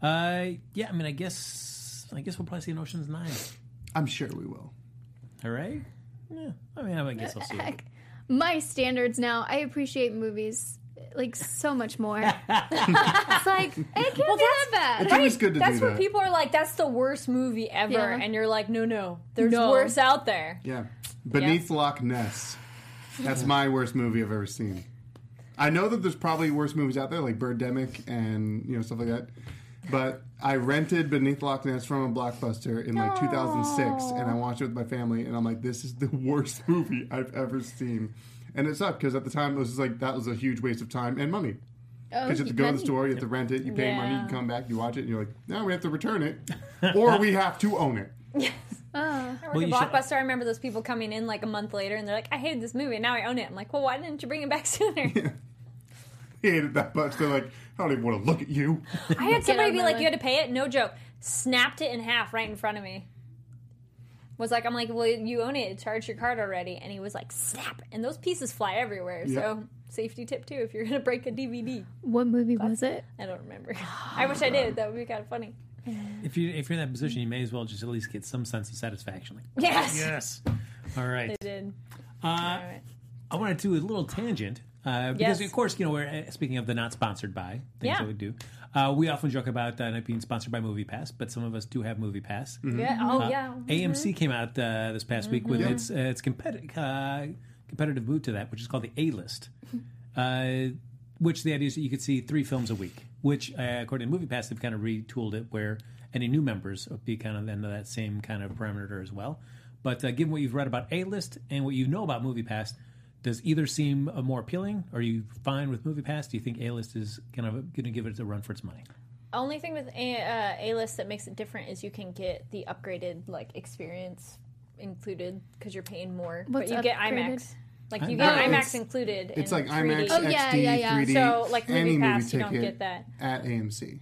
[SPEAKER 1] Uh, yeah, I mean, I guess I guess we'll probably see an Ocean's Nine.
[SPEAKER 9] I'm sure we will.
[SPEAKER 1] All right. Yeah. I mean, I guess I'll see. It.
[SPEAKER 4] Heck, my standards now. I appreciate movies like so much more. it's like it can't be that bad.
[SPEAKER 3] Right? that's where people are like, "That's the worst movie ever,"
[SPEAKER 4] Yeah.
[SPEAKER 3] and you're like, "No, no, there's
[SPEAKER 4] No.
[SPEAKER 3] worse out there."
[SPEAKER 9] Yeah. Beneath Loch Ness. That's my worst movie I've ever seen. I know that there's probably worse movies out there like Birdemic and you know stuff like that. But I rented Beneath Loch Ness from a blockbuster in like 2006 and I watched it with my family and I'm like this is the worst movie I've ever seen. And it sucked because at the time it was just like that was a huge waste of time and money.
[SPEAKER 4] Oh,
[SPEAKER 9] Because you have to go to the
[SPEAKER 4] money.
[SPEAKER 9] store, you have to rent it, you pay money,
[SPEAKER 4] Yeah.
[SPEAKER 9] you come back, you watch it, and you're like, now we have to return it, or we have to own it.
[SPEAKER 3] I worked
[SPEAKER 9] Well,
[SPEAKER 3] at
[SPEAKER 9] you should-
[SPEAKER 3] Blockbuster. I remember those people coming in like a month later, and they're like, "I hated this movie, and now I own it." I'm like, "Well, why didn't you bring it back sooner?"
[SPEAKER 9] He hated that much. They're like, I don't even want to look at you.
[SPEAKER 3] I had somebody
[SPEAKER 4] out of
[SPEAKER 3] be
[SPEAKER 4] my
[SPEAKER 3] like,
[SPEAKER 4] way.
[SPEAKER 3] "You had to pay it." No joke. Snapped it in half right in front of me. Was like, I'm like, "Well, you own it. Charge your card already." And he was like, "Snap!" And those pieces fly everywhere.
[SPEAKER 4] Yeah.
[SPEAKER 3] So safety tip too: if you're gonna break a DVD,
[SPEAKER 4] What movie was it?
[SPEAKER 3] I don't remember. I wish I did. That would be kind of funny.
[SPEAKER 1] If you if you're in that position, you may as well just at least get some sense of satisfaction. Like,
[SPEAKER 3] Yes.
[SPEAKER 1] yes. All right.
[SPEAKER 3] They did.
[SPEAKER 9] Mm-hmm.
[SPEAKER 1] Uh, I wanted to do a little tangent uh, because,
[SPEAKER 3] Yes.
[SPEAKER 1] of course, you know, we're uh, speaking of the not sponsored by things
[SPEAKER 3] Yeah.
[SPEAKER 1] that we do. Uh, we often joke about uh, not being sponsored by MoviePass, but some of us do have MoviePass.
[SPEAKER 3] Yeah. Oh,
[SPEAKER 9] Uh,
[SPEAKER 3] yeah.
[SPEAKER 1] AMC came out uh, this past week with
[SPEAKER 3] Mhm.
[SPEAKER 1] its uh, its competi- uh, competitive boot to that, which is called the A List. Uh, which the idea is that you could see three films a week, which uh, according to MoviePass they've kind of retooled it where any new members would be kind of under that same kind of parameter as well. But uh, given what you've read about A List and what you know about MoviePass, does either seem uh, more appealing? Are you fine with MoviePass? Do you think A List is kind of going to give it a run for its money?
[SPEAKER 3] Only thing with a uh, A list that makes it different is you can get the upgraded like experience included because you're paying more,
[SPEAKER 4] What's
[SPEAKER 3] but you get
[SPEAKER 4] upgraded? Oh,
[SPEAKER 3] IMAX. Like
[SPEAKER 9] I-
[SPEAKER 3] you get
[SPEAKER 9] no,
[SPEAKER 3] IMAX
[SPEAKER 9] it's-
[SPEAKER 3] included.
[SPEAKER 9] It's
[SPEAKER 3] and
[SPEAKER 9] like IMAX,
[SPEAKER 3] 3D.
[SPEAKER 9] XD, 3D,
[SPEAKER 3] So like
[SPEAKER 9] any
[SPEAKER 3] movie pass, you
[SPEAKER 9] movie
[SPEAKER 3] don't
[SPEAKER 9] ticket
[SPEAKER 3] get that.
[SPEAKER 9] at AMC.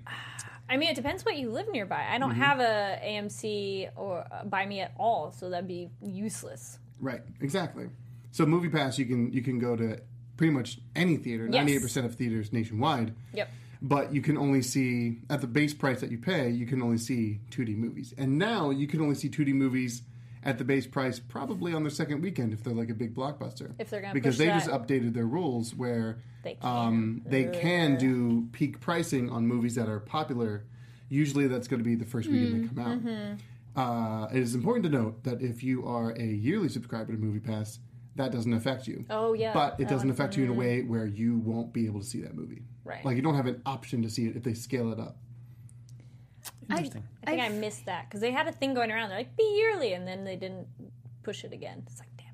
[SPEAKER 3] I mean, it depends what you live nearby. I don't
[SPEAKER 9] Mhm.
[SPEAKER 3] have a AMC or uh, by me at all, so that'd be useless.
[SPEAKER 9] Right, exactly. So Movie Pass, you can you can go to pretty much any theater,
[SPEAKER 3] Yes.
[SPEAKER 9] ninety eight percent of theaters nationwide.
[SPEAKER 3] Yep.
[SPEAKER 9] But you can only see at the base price that you pay, you can only see two D movies, and now you can only see two D movies at the base price probably on their second weekend if they're like a big blockbuster.
[SPEAKER 3] If they're gonna
[SPEAKER 9] because
[SPEAKER 3] push
[SPEAKER 9] they
[SPEAKER 3] that.
[SPEAKER 9] just updated their rules where
[SPEAKER 3] They can.
[SPEAKER 9] um, they can do peak pricing on movies that are popular. Usually, that's going to be the first weekend they come out.
[SPEAKER 3] Mhm.
[SPEAKER 9] Uh, it is important to note that if you are a yearly subscriber to MoviePass, that doesn't affect you.
[SPEAKER 3] Oh, mm-hmm. yeah,
[SPEAKER 9] but it
[SPEAKER 3] that
[SPEAKER 9] doesn't
[SPEAKER 3] one.
[SPEAKER 9] affect you in a way where you won't be able to see that movie.
[SPEAKER 3] Oh, Right.
[SPEAKER 9] Like you don't have an option to see it if they scale it up.
[SPEAKER 3] Interesting. I, think i missed that because they had a thing going around. They're like, be yearly, and then they didn't push it again. It's like, damn.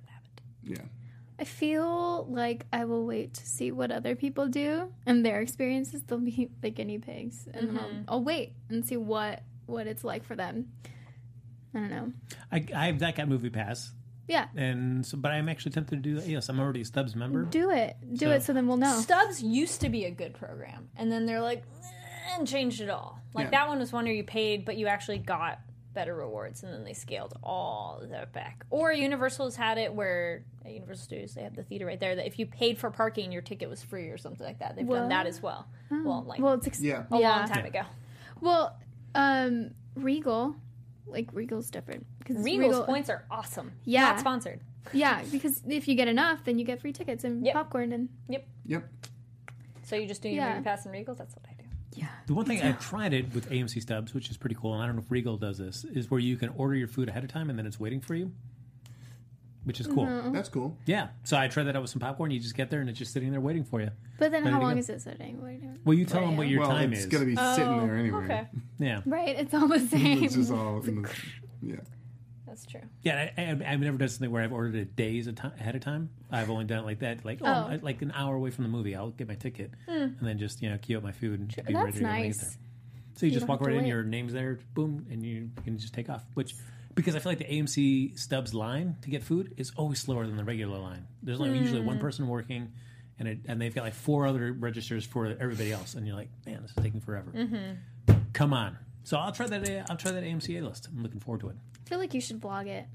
[SPEAKER 4] I feel like I will wait to see what other people do and their experiences. They'll be the guinea pigs, and then
[SPEAKER 3] Mhm.
[SPEAKER 4] I'll, I'll wait and see what what it's like for them. I don't know.
[SPEAKER 1] I, I that got movie pass,
[SPEAKER 4] Yeah,
[SPEAKER 1] and so, but I'm actually tempted to do that. Yes, I'm already a Stubbs member.
[SPEAKER 4] do it, do it,
[SPEAKER 1] So-
[SPEAKER 4] so then we'll know.
[SPEAKER 3] Stubbs used to be a good program, and then they're like, "Eh," and changed it all. Like
[SPEAKER 1] Yeah.
[SPEAKER 3] that one was one where you paid, but you actually got better rewards, and then they scaled all that back. Or Universal's had it where at Universal Studios they have the theater right there that if you paid for parking, your ticket was free or something like that. They've done
[SPEAKER 4] What?
[SPEAKER 3] that as well.
[SPEAKER 4] Oh.
[SPEAKER 3] Well, like
[SPEAKER 4] well, it's ex-
[SPEAKER 3] a long time ago.
[SPEAKER 4] Well, um, Regal, like Regal's different because
[SPEAKER 3] Regal's points are awesome.
[SPEAKER 4] Yeah.
[SPEAKER 3] not sponsored.
[SPEAKER 4] Yeah, because if you get enough, then you get free tickets and popcorn and
[SPEAKER 3] Yep.
[SPEAKER 9] Yep.
[SPEAKER 3] So you just do your
[SPEAKER 4] Yeah.
[SPEAKER 3] movie pass and Regals. That's what I do.
[SPEAKER 1] The one thing I tried it with AMC Stubbs, which is pretty cool, and I don't know if Regal does this, is where you can order your food ahead of time and then it's waiting for you, which is cool.
[SPEAKER 4] No. That's
[SPEAKER 9] cool.
[SPEAKER 1] Yeah. So I tried that out with some popcorn. You just get there and it's just sitting there waiting for you.
[SPEAKER 4] But then,
[SPEAKER 1] Ready
[SPEAKER 4] how
[SPEAKER 1] to
[SPEAKER 4] long
[SPEAKER 1] go.
[SPEAKER 4] is it sitting? What are you doing?
[SPEAKER 1] Well, you tell them what your
[SPEAKER 9] Well,
[SPEAKER 1] time
[SPEAKER 9] it's
[SPEAKER 1] is.
[SPEAKER 9] gonna be sitting there Oh, anyway.
[SPEAKER 4] okay.
[SPEAKER 1] Yeah.
[SPEAKER 4] Right, it's all the same.
[SPEAKER 9] It's just all in the- yeah.
[SPEAKER 3] That's true.
[SPEAKER 1] Yeah, I, I, I've never done something where I've ordered it days a ti- ahead of time. I've only done it like that, like oh,
[SPEAKER 4] Oh.
[SPEAKER 1] I'm, uh, like an hour away from the movie. I'll get my ticket
[SPEAKER 4] Hmm.
[SPEAKER 1] and then just you know queue up my food and be ready
[SPEAKER 4] That's
[SPEAKER 1] to go when I get there.
[SPEAKER 4] nice.
[SPEAKER 1] So you,
[SPEAKER 4] You
[SPEAKER 1] just
[SPEAKER 4] don't
[SPEAKER 1] walk
[SPEAKER 4] have to
[SPEAKER 1] right in,
[SPEAKER 4] wait.
[SPEAKER 1] your name's there, boom, and you can just take off. Which because I feel like the AMC Stubbs line to get food is always slower than the regular line. There's like usually one
[SPEAKER 11] Hmm.
[SPEAKER 1] person working, and it, and they've got like four other registers for everybody else, and you're like, man, this is taking forever.
[SPEAKER 4] Mhm.
[SPEAKER 1] Come on. So I'll try that. uh, I'll try that AMC A list. I'm looking forward to it.
[SPEAKER 4] I feel like you should blog it.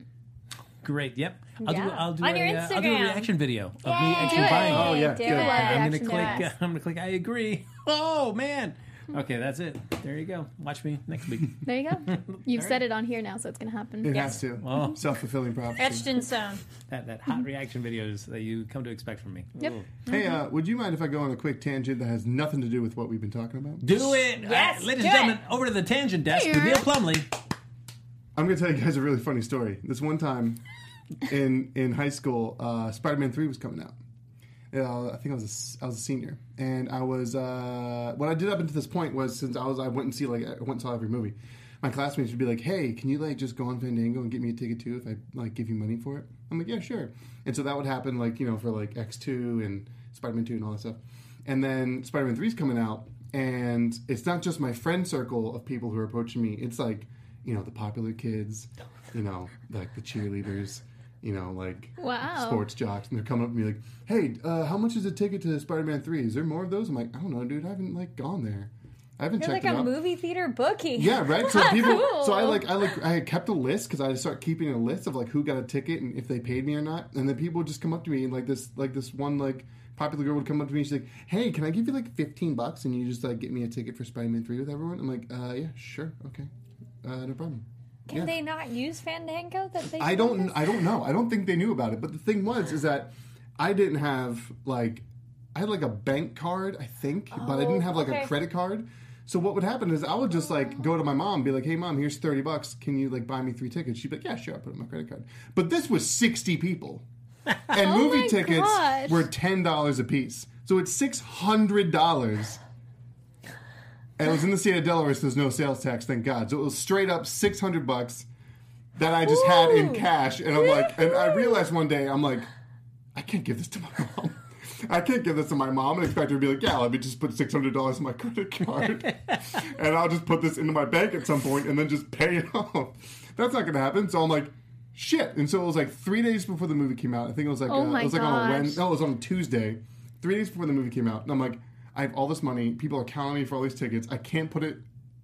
[SPEAKER 1] Great. Yep. I'll do.
[SPEAKER 4] Yeah.
[SPEAKER 1] I'll do
[SPEAKER 4] On
[SPEAKER 1] a,
[SPEAKER 4] your
[SPEAKER 1] uh, I'll do a
[SPEAKER 4] Instagram.
[SPEAKER 1] reaction video of
[SPEAKER 4] Yay.
[SPEAKER 1] me actually
[SPEAKER 4] Do it.
[SPEAKER 1] buying.
[SPEAKER 4] Oh, yeah, Do good. it.
[SPEAKER 1] I'm gonna
[SPEAKER 4] Reaction to
[SPEAKER 1] click.
[SPEAKER 4] us.
[SPEAKER 1] I'm gonna click. I agree. Oh man. Okay, that's it. There you go. Watch me next week.
[SPEAKER 4] There you go. You've said it on here now, so it's gonna happen.
[SPEAKER 9] It has to.
[SPEAKER 1] Oh.
[SPEAKER 9] Self fulfilling prophecy.
[SPEAKER 3] Etched in stone.
[SPEAKER 1] that that hot reaction videos that you come to expect from me.
[SPEAKER 4] Yep.
[SPEAKER 1] Ooh.
[SPEAKER 9] Hey, uh, would you mind if I go on a quick tangent that has nothing to do with what we've been talking about?
[SPEAKER 1] Do it. Yes, ladies and gentlemen, over to the tangent desk with Neil Plumley.
[SPEAKER 9] I'm going to tell you guys a really funny story. This one time in in high school, uh, Spider Man Three was coming out. Uh, I think I was a s I was a senior, and I was uh, what I did up until this point was since I was I went and see like I went and saw every movie. My classmates would be like, "Hey, can you like just go on Fandango and get me a ticket too if I like give you money for it?" I'm like, "Yeah, sure." And so that would happen like you know for like X Two and Spider Man Two and all that stuff. And then Spider Man Three's coming out, and it's not just my friend circle of people who are approaching me. It's like you know the popular kids, you know like the cheerleaders, you know like
[SPEAKER 4] Wow.
[SPEAKER 9] sports jocks, and they're coming up to me like, "Hey, uh, how much is a ticket to Spider Man Three? Is there more of those?" I'm like, "I don't know, dude. I haven't like gone there. I haven't
[SPEAKER 3] You're
[SPEAKER 9] checked
[SPEAKER 3] like
[SPEAKER 9] it
[SPEAKER 3] a
[SPEAKER 9] out."
[SPEAKER 3] movie theater bookie.
[SPEAKER 9] Yeah, right. So
[SPEAKER 3] That's
[SPEAKER 9] people.
[SPEAKER 3] cool.
[SPEAKER 9] So I like I like I had kept a list because I started keeping a list of like who got a ticket and if they paid me or not. And then people would just come up to me and like this like this one like popular girl would come up to me. and She's like, "Hey, can I give you like fifteen bucks and you just like get me a ticket for Spider Man Three with everyone?" I'm like, "Uh, yeah, sure, okay, uh, no problem."
[SPEAKER 3] Can
[SPEAKER 9] Yeah.
[SPEAKER 3] they not use Fandango? That they
[SPEAKER 9] I
[SPEAKER 3] do
[SPEAKER 9] don't.
[SPEAKER 3] this?
[SPEAKER 9] I don't know. I don't think they knew about it. But the thing was, is that I didn't have like, I had like a bank card, I think, but I didn't have like
[SPEAKER 3] okay.
[SPEAKER 9] a credit card. So what would happen is I would just like go to my mom, and be like, "Hey, mom, here's thirty bucks. Can you like buy me three tickets?" She'd be like, "Yeah, sure. I'll put it on my credit card." But this was sixty people, and
[SPEAKER 4] Oh
[SPEAKER 9] movie
[SPEAKER 4] my
[SPEAKER 9] tickets
[SPEAKER 4] gosh.
[SPEAKER 9] were ten dollars a piece. So it's six hundred dollars. And it was in the state of Delaware, so there's no sales tax, thank God. So it was straight up six hundred bucks that I just had in cash, and I'm like, and I realized one day, I'm like, I can't give this to my mom. I can't give this to my mom and expect her to be like, yeah, let me just put six hundred dollars in my credit card, and I'll just put this into my bank at some point and then just pay it off. That's not gonna happen. So I'm like, shit. And so it was like three days before the movie came out. I think it was like
[SPEAKER 4] Oh
[SPEAKER 9] uh,
[SPEAKER 4] my
[SPEAKER 9] it was like on a
[SPEAKER 4] gosh.
[SPEAKER 9] Wednesday. No, it was on a Tuesday. Three days before the movie came out, and I'm like, I have all this money. People are counting me for all these tickets. I can't put it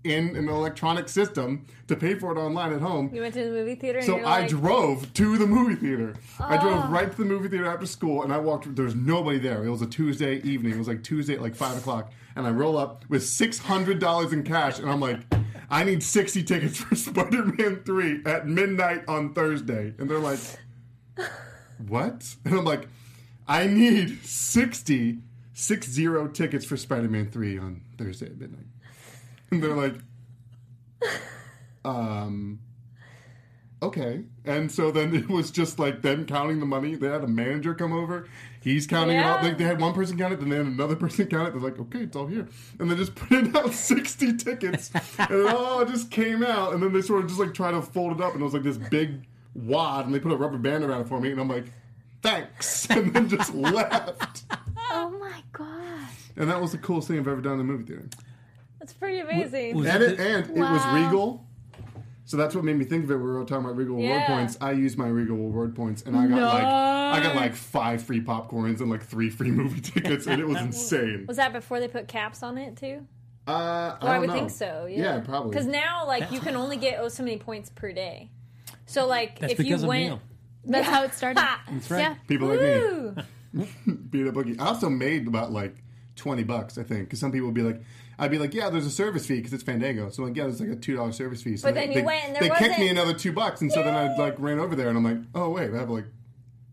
[SPEAKER 9] in an electronic system to pay for it online at home.
[SPEAKER 3] You went to the movie theater. and
[SPEAKER 9] So
[SPEAKER 3] you're
[SPEAKER 9] I
[SPEAKER 3] like,
[SPEAKER 9] drove to the movie theater. I
[SPEAKER 3] Ah.
[SPEAKER 4] oh.
[SPEAKER 9] drove right to the movie theater after school, and I walked. There's nobody there. It was a Tuesday evening. It was like Tuesday at like five o'clock, and I roll up with six hundred dollars in cash, and I'm like, I need sixty tickets for Spider-Man Three at midnight on Thursday, and they're like, What? And I'm like, I need 60, 60 tickets for Spider-Man Three on Thursday at midnight, and they're like, um okay. And so then it was just like them counting the money. They had a manager come over. He's counting it all.
[SPEAKER 3] Yeah.
[SPEAKER 9] Like they had one person count it, then they had another person count it. They're like, okay, it's all here. And they just printed out 60 tickets. and it all just came out. And then they sort of just like tried to fold it up. And it was like this big wad. And they put a rubber band around it for me. And I'm like, thanks. And then just left.
[SPEAKER 4] Oh my gosh.
[SPEAKER 9] And that was the coolest thing I've ever done in a movie theater.
[SPEAKER 3] That's pretty amazing.
[SPEAKER 9] and it, and it was
[SPEAKER 3] Wow.
[SPEAKER 9] Regal. So that's what made me think of it. We were talking about Regal
[SPEAKER 3] Yeah.
[SPEAKER 9] reward points. I used my Regal reward points, and I got like I got like five free popcorns and like three free movie tickets, and it was insane.
[SPEAKER 3] Was that before they put caps on it too?
[SPEAKER 9] Uh,
[SPEAKER 3] Or
[SPEAKER 9] I,
[SPEAKER 3] I,
[SPEAKER 9] don't
[SPEAKER 3] would
[SPEAKER 9] know.
[SPEAKER 3] think so. Yeah,
[SPEAKER 9] Yeah, probably.
[SPEAKER 3] Because now, like, you can only get oh so many points per day. So, like,
[SPEAKER 9] That's
[SPEAKER 3] if you
[SPEAKER 9] because of
[SPEAKER 3] went,
[SPEAKER 9] Neil.
[SPEAKER 3] that's how it started.
[SPEAKER 9] That's right. People like me. beat up bookie. I also made about like twenty bucks, I think, because some people would be like, I'd be like, yeah, there's a service fee because it's Fandango. So like, yeah, there's like a two dollar service fee. So
[SPEAKER 3] But
[SPEAKER 9] they-
[SPEAKER 3] then you
[SPEAKER 9] they,
[SPEAKER 3] went and there
[SPEAKER 9] they kicked me
[SPEAKER 3] wasn't.
[SPEAKER 9] another two bucks, and so then I like ran over there and I'm like, oh wait, I have like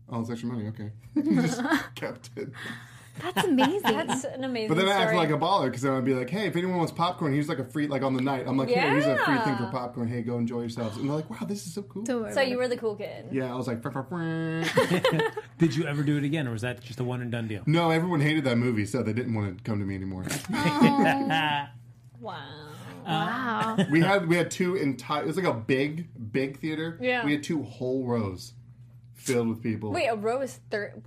[SPEAKER 9] all this extra money. Okay, just kept it.
[SPEAKER 4] That's amazing.
[SPEAKER 3] That's an amazing.
[SPEAKER 9] But then I act
[SPEAKER 3] story.
[SPEAKER 9] like a baller because then I'd be like, hey, if anyone wants popcorn, here's like a free like on the night. I'm like, here, here's a free thing for
[SPEAKER 3] Yeah.
[SPEAKER 9] popcorn. Hey, go enjoy yourselves. And they're like, wow, this is so cool.
[SPEAKER 3] So you were the cool kid.
[SPEAKER 9] Yeah, I was like, "Frah, frah, frah."
[SPEAKER 1] Did you ever do it again, or was that just a one and done deal?
[SPEAKER 9] no, everyone hated that movie, so they didn't want to come to me anymore.
[SPEAKER 4] Wow.
[SPEAKER 9] we had we had two entire. It was like a big, big theater.
[SPEAKER 3] Yeah.
[SPEAKER 9] We had two whole rows filled with people.
[SPEAKER 3] Wait, a row is third.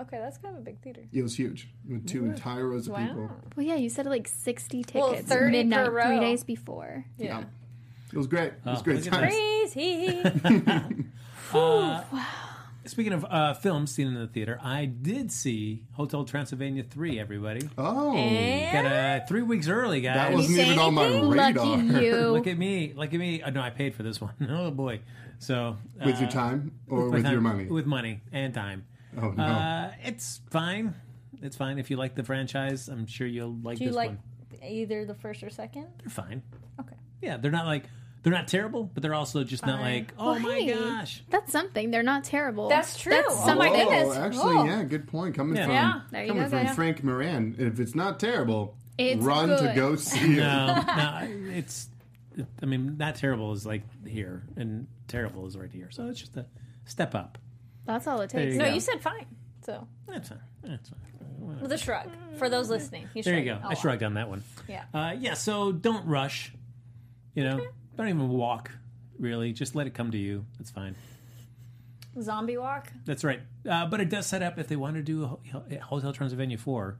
[SPEAKER 3] Okay, that's kind of a big theater.
[SPEAKER 9] It was huge. We had two entire rows of
[SPEAKER 3] Wow.
[SPEAKER 9] people.
[SPEAKER 4] Well, yeah, you said like 60 tickets.
[SPEAKER 3] Well, 30 per
[SPEAKER 4] midnight, three
[SPEAKER 3] row.
[SPEAKER 4] days before.
[SPEAKER 3] Yeah.
[SPEAKER 9] It was great. It was
[SPEAKER 1] Oh,
[SPEAKER 9] great
[SPEAKER 1] look at
[SPEAKER 9] times.
[SPEAKER 3] Crazy.
[SPEAKER 1] Uh, Speaking of uh, films seen in the theater, I did see Hotel Transylvania 3. Everybody.
[SPEAKER 9] Oh.
[SPEAKER 1] Got, uh, three weeks early, guys.
[SPEAKER 9] That wasn't even on my radar.
[SPEAKER 1] Look at me. Look at me. Oh, no, I paid for this one. Oh, boy. So.
[SPEAKER 9] With your time or
[SPEAKER 1] my
[SPEAKER 9] with your money?
[SPEAKER 3] Oh
[SPEAKER 1] With money and time.
[SPEAKER 9] Oh, no.
[SPEAKER 1] Uh, it's fine. It's fine. If you like the franchise, I'm sure you'll like
[SPEAKER 3] Do you
[SPEAKER 1] this
[SPEAKER 3] like
[SPEAKER 1] one.
[SPEAKER 3] either the first or second?
[SPEAKER 1] They're fine. Okay. Yeah, they're not like. They're not terrible, but they're also just not like, oh
[SPEAKER 4] Well,
[SPEAKER 1] my
[SPEAKER 4] hey,
[SPEAKER 1] gosh.
[SPEAKER 4] That's something. They're not terrible.
[SPEAKER 3] That's true.
[SPEAKER 4] That's
[SPEAKER 3] Oh,
[SPEAKER 9] Oh,
[SPEAKER 4] something.
[SPEAKER 9] actually, yeah, good point. Coming
[SPEAKER 1] Yeah.
[SPEAKER 9] from
[SPEAKER 4] Yeah, there you
[SPEAKER 9] coming
[SPEAKER 4] go,
[SPEAKER 9] from
[SPEAKER 4] guys.
[SPEAKER 9] Frank Moran, if it's not terrible,
[SPEAKER 4] It's
[SPEAKER 9] run to
[SPEAKER 4] good.
[SPEAKER 9] go see it.
[SPEAKER 1] No, Um, no, it's. I mean, not terrible is like here, and terrible is right here. So it's just a step up.
[SPEAKER 4] That's all it
[SPEAKER 1] There
[SPEAKER 4] takes.
[SPEAKER 1] you
[SPEAKER 3] no,
[SPEAKER 1] go.
[SPEAKER 3] you said fine. So
[SPEAKER 1] That's fine. That's fine.
[SPEAKER 3] with a shrug for those listening. You
[SPEAKER 1] there you go.
[SPEAKER 3] shrugged.
[SPEAKER 1] I
[SPEAKER 3] Oh,
[SPEAKER 1] shrugged on that one.
[SPEAKER 3] Yeah.
[SPEAKER 1] Uh, yeah. So don't rush. You know, don't even walk. Really, just let it come to you. That's fine.
[SPEAKER 3] Zombie walk.
[SPEAKER 1] That's right. Uh, but it does set up if they want to do a ho- a Hotel Transylvania four,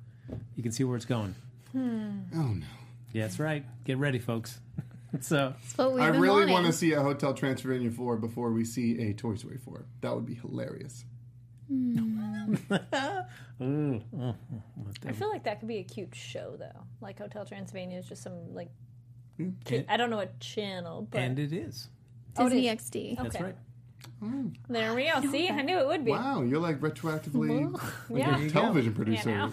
[SPEAKER 1] you can see where it's going.
[SPEAKER 3] Hmm.
[SPEAKER 9] Oh no.
[SPEAKER 1] Yeah, that's right. Get ready, folks. so
[SPEAKER 4] what
[SPEAKER 9] I really want to see a Hotel Transylvania 4 before we see a Toy Story 4. That would be hilarious.
[SPEAKER 1] Ooh, oh,
[SPEAKER 3] I feel like that could be a cute show though. Like Hotel Transylvania is just some like
[SPEAKER 1] Mm, And,
[SPEAKER 3] I don't know what channel, but
[SPEAKER 1] and it is.
[SPEAKER 3] Oh, it
[SPEAKER 4] Disney
[SPEAKER 3] is.
[SPEAKER 4] XD.
[SPEAKER 1] That's right.
[SPEAKER 3] There we go. See, I knew it would be.
[SPEAKER 9] Wow, you're like retroactively like
[SPEAKER 3] Yeah. There
[SPEAKER 9] a
[SPEAKER 3] you
[SPEAKER 9] television
[SPEAKER 3] go.
[SPEAKER 9] producer.
[SPEAKER 3] Yeah, now.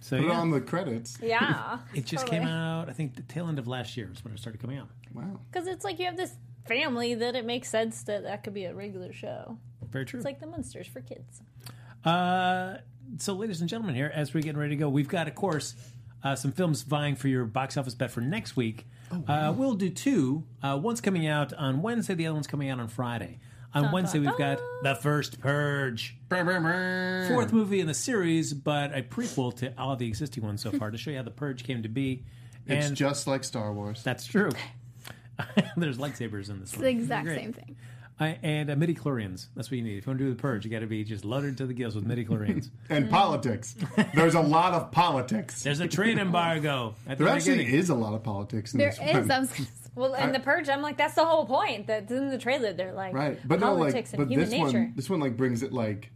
[SPEAKER 1] So,
[SPEAKER 9] Put it
[SPEAKER 1] yeah.
[SPEAKER 9] on the credits.
[SPEAKER 3] Yeah.
[SPEAKER 1] It just came out. I think the tail end of last year is when it started coming out.
[SPEAKER 9] Wow,
[SPEAKER 3] Because it's like you have this family that it makes sense that that could be a regular show.
[SPEAKER 1] very true.
[SPEAKER 3] It's like the Munsters for kids.
[SPEAKER 1] Uh, so, ladies and gentlemen, here as we're getting ready to go, we've got, of course, uh, some films vying for your box office bet for next Oh, week. uh, we'll do two. Uh, one's coming out on Wednesday. The other one's coming out on Friday. On Wednesday, we've got The First Purge. Fourth movie in the series, but a prequel to all the existing ones so far to show you how The Purge came to be.
[SPEAKER 9] It's just like Star Wars.
[SPEAKER 1] That's true. There's lightsabers in this
[SPEAKER 4] It's
[SPEAKER 1] one.
[SPEAKER 4] the exact
[SPEAKER 1] Great.
[SPEAKER 4] same thing.
[SPEAKER 1] I, and uh, midi chlorians. That's what you need. If you want to do the purge, you got to be just loaded to the gills with midi chlorians.
[SPEAKER 4] Mm-hmm.
[SPEAKER 9] And politics. There's a lot of politics.
[SPEAKER 1] There's a trade embargo. At
[SPEAKER 9] There
[SPEAKER 1] the
[SPEAKER 9] actually
[SPEAKER 1] beginning.
[SPEAKER 9] is a lot of politics in
[SPEAKER 3] There
[SPEAKER 9] this
[SPEAKER 3] is.
[SPEAKER 9] one.
[SPEAKER 3] I was, well, in
[SPEAKER 9] I-
[SPEAKER 3] the purge, I'm like, that's the whole point. That's in the trailer. They're like,
[SPEAKER 9] right, but no, like,
[SPEAKER 3] politics and
[SPEAKER 9] but
[SPEAKER 3] human
[SPEAKER 9] this
[SPEAKER 3] nature.
[SPEAKER 9] one, this one like brings it like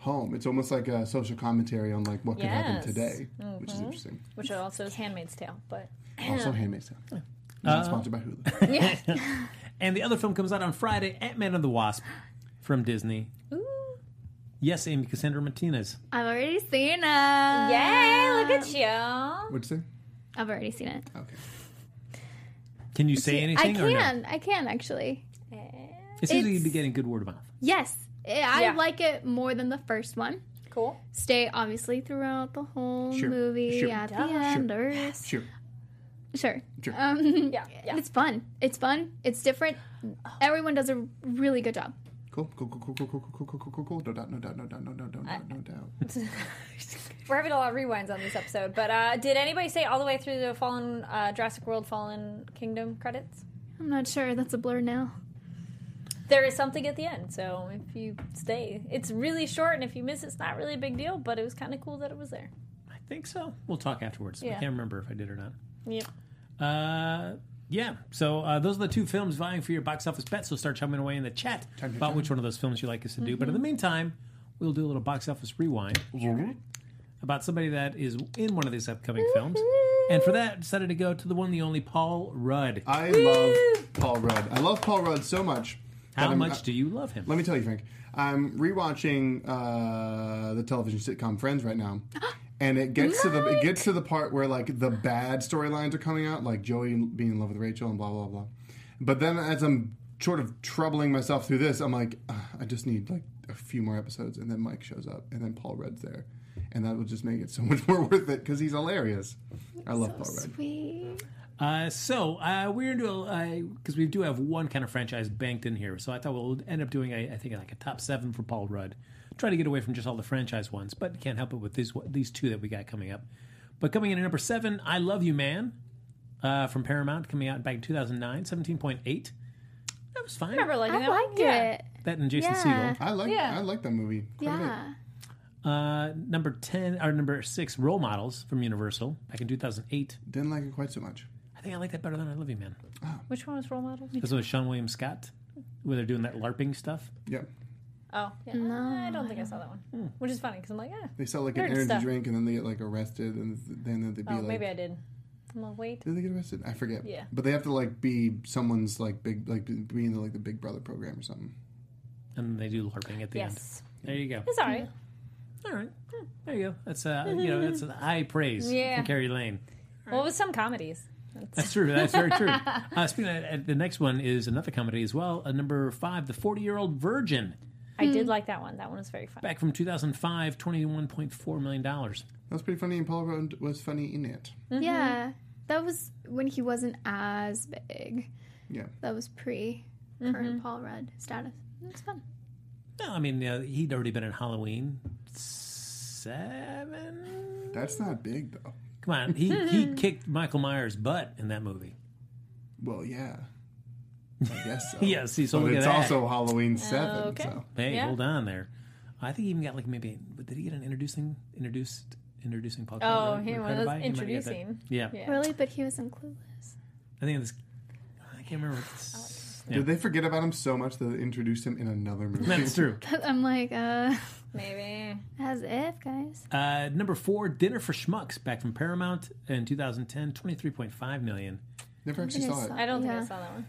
[SPEAKER 9] home. It's almost like a social commentary on like what could
[SPEAKER 3] Yes.
[SPEAKER 9] happen today, which is
[SPEAKER 3] Mhm.
[SPEAKER 9] interesting.
[SPEAKER 3] Which also is Handmaid's Tale, but
[SPEAKER 9] Also, Handmaid's Tale. Not
[SPEAKER 1] Uh,
[SPEAKER 9] sponsored by Hulu.
[SPEAKER 1] and the other film comes out on Friday Ant Man and the Wasp from Disney. Yes, Amy Cassandra Martinez.
[SPEAKER 4] I've already seen it. Yay!
[SPEAKER 3] Look at you.
[SPEAKER 9] What'd you say?
[SPEAKER 4] I've already seen it.
[SPEAKER 1] Can you say
[SPEAKER 4] I
[SPEAKER 1] anything? or no?
[SPEAKER 4] can. I can actually.
[SPEAKER 1] It seems like you'd be getting good word of mouth.
[SPEAKER 4] Yes, Eh, I
[SPEAKER 3] Yeah.
[SPEAKER 4] like it more than the first one.
[SPEAKER 3] Cool.
[SPEAKER 4] Stay obviously throughout the whole
[SPEAKER 9] Sure.
[SPEAKER 4] movie
[SPEAKER 9] Sure.
[SPEAKER 4] at the
[SPEAKER 9] Duh.
[SPEAKER 4] end.
[SPEAKER 9] Sure.
[SPEAKER 4] or-
[SPEAKER 9] Sure.
[SPEAKER 4] Sure.
[SPEAKER 9] Sure.
[SPEAKER 4] Um, yeah, It's fun. It's fun. It's different. Everyone does a really good job.
[SPEAKER 9] Cool, cool, cool, cool, cool, cool, cool, cool, cool, cool, cool. No doubt, no doubt, no doubt, no doubt, no doubt, no doubt.
[SPEAKER 3] We're having a lot of rewinds on this episode. But uh, did anybody say all the way through the Fallen uh, Jurassic World Fallen Kingdom credits?
[SPEAKER 4] I'm not sure. That's a blur now.
[SPEAKER 3] There is something at the end, so if you stay, it's really short, and if you miss, it's not really a big deal. But it was kind of cool that it was there.
[SPEAKER 1] I think so. We'll talk afterwards. I
[SPEAKER 3] Yeah.
[SPEAKER 1] can't remember if I did or not.
[SPEAKER 3] Yep.
[SPEAKER 1] Uh, yeah. So uh, those are the two films vying for your box office bet. So start chumming away in the chat
[SPEAKER 9] Chum, chum,
[SPEAKER 1] about
[SPEAKER 9] chum.
[SPEAKER 1] which one of those films you like us to do. But in
[SPEAKER 3] Mm-hmm.
[SPEAKER 1] the meantime, we'll do a little box office rewind about somebody that is in one of these upcoming films.
[SPEAKER 3] Mm-hmm.
[SPEAKER 1] And for that, decided to go to the one, the only Paul Rudd.
[SPEAKER 9] I love Paul Rudd. I love Paul Rudd so much. that
[SPEAKER 1] How
[SPEAKER 9] I'm-
[SPEAKER 1] much do you love him?
[SPEAKER 9] Let me tell you, Frank. I'm rewatching uh, the television sitcom Friends right now, and it gets to the it gets to the part where like the bad storylines are coming out, like Joey being in love with Rachel and blah blah blah. But then as I'm sort of troubling myself through this, I'm like, "Ugh, I just need like a few more episodes, and then Mike shows up, and then Paul Rudd's there, and that would just make it so much more worth it because he's hilarious. I love Paul Rudd.
[SPEAKER 4] Sweet.
[SPEAKER 1] Uh, so uh, we're into because we do have one kind of franchise banked in here. So I thought we'll end up doing a, I think like a top seven for Paul Rudd. Try to get away from just all the franchise ones, but can't help it with these these two that we got coming up. But coming in at number seven, I Love You Man uh, from Paramount, coming out back in 2009, 17.8. That was fine.
[SPEAKER 3] Remember liking
[SPEAKER 4] I
[SPEAKER 3] that one?
[SPEAKER 4] liked
[SPEAKER 3] Yeah.
[SPEAKER 4] it.
[SPEAKER 1] That and Jason
[SPEAKER 4] Yeah.
[SPEAKER 1] Segel.
[SPEAKER 9] I like
[SPEAKER 3] Yeah.
[SPEAKER 9] I like that movie. Quite a bit.
[SPEAKER 4] Yeah.
[SPEAKER 1] Uh, number ten or number six, Role Models from Universal back in 2008.
[SPEAKER 9] Didn't like it quite so much.
[SPEAKER 1] I think I like that better than I Love You Man.
[SPEAKER 3] Which one was role models?
[SPEAKER 1] This was Sean William Scott, where they're doing that LARPing stuff.
[SPEAKER 9] Yep.
[SPEAKER 3] Oh, yeah. I don't think I saw that one.
[SPEAKER 1] Hmm.
[SPEAKER 3] Which is funny because I'm like, "Ah, yeah.
[SPEAKER 9] They sell like an
[SPEAKER 3] Nerd
[SPEAKER 9] energy
[SPEAKER 3] stuff.
[SPEAKER 9] drink, and then they get like arrested, and th- then they'd be
[SPEAKER 3] Oh,
[SPEAKER 9] like,
[SPEAKER 3] maybe I did. I'm like, wait.
[SPEAKER 9] did they get arrested? I forget.
[SPEAKER 3] Yeah.
[SPEAKER 9] But they have to like be someone's like big, like be- be in the, like the Big Brother program or something.
[SPEAKER 1] and they do LARPing at the
[SPEAKER 3] Yes.
[SPEAKER 1] end. There you go.
[SPEAKER 3] It's all right.
[SPEAKER 1] All right. There you go. That's uh, you know, that's an high praise
[SPEAKER 3] Yeah.
[SPEAKER 1] from Carrie Lane.
[SPEAKER 3] Well, with some comedies.
[SPEAKER 1] That's true. That's very true. Uh, speaking of, that, the next one is another comedy as well. Uh, number five, The 40 Year Old Virgin,
[SPEAKER 3] I did
[SPEAKER 4] Hmm.
[SPEAKER 3] like that one. That one was very fun.
[SPEAKER 1] back from 2005, $21.4 million.
[SPEAKER 9] That was pretty funny, and Paul Rudd was funny in it.
[SPEAKER 3] Mm-hmm.
[SPEAKER 4] Yeah. That was when he wasn't as big.
[SPEAKER 9] Yeah.
[SPEAKER 4] That was pre
[SPEAKER 3] Mm-hmm.
[SPEAKER 4] current Paul Rudd status. It's fun.
[SPEAKER 1] No, I mean, uh, he'd already been in Halloween. Seven?
[SPEAKER 9] That's not big though.
[SPEAKER 1] Come on. He, he kicked Michael Myers' butt in that movie.
[SPEAKER 9] Well, yeah. I guess so.
[SPEAKER 1] Yes, he's
[SPEAKER 9] But
[SPEAKER 1] only
[SPEAKER 9] Oh. it's
[SPEAKER 1] that.
[SPEAKER 9] also Halloween seven.
[SPEAKER 3] Oh, okay.
[SPEAKER 9] So
[SPEAKER 1] Hey,
[SPEAKER 3] Yeah.
[SPEAKER 1] hold on there. I think he even got like maybe did he get an introducing introduced introducing Paul?
[SPEAKER 3] Oh,
[SPEAKER 1] Rudd
[SPEAKER 3] he
[SPEAKER 1] recorded
[SPEAKER 3] was
[SPEAKER 1] by? He might get that.
[SPEAKER 3] introducing.
[SPEAKER 1] Yeah.
[SPEAKER 3] Yeah.
[SPEAKER 4] Really? But he was in Clueless.
[SPEAKER 1] I think it's. I can't remember. What this, yeah.
[SPEAKER 9] did they forget about him so much that they introduced him in another movie?
[SPEAKER 1] That's true.
[SPEAKER 4] I'm like, uh,
[SPEAKER 3] Maybe.
[SPEAKER 4] as if, guys.
[SPEAKER 1] Uh, number four, Dinner for Schmucks, back from Paramount in 2010, 23.5 million.
[SPEAKER 9] Never actually
[SPEAKER 4] think I
[SPEAKER 9] saw it.
[SPEAKER 4] saw
[SPEAKER 3] I don't think
[SPEAKER 4] Yeah.
[SPEAKER 3] I saw that one.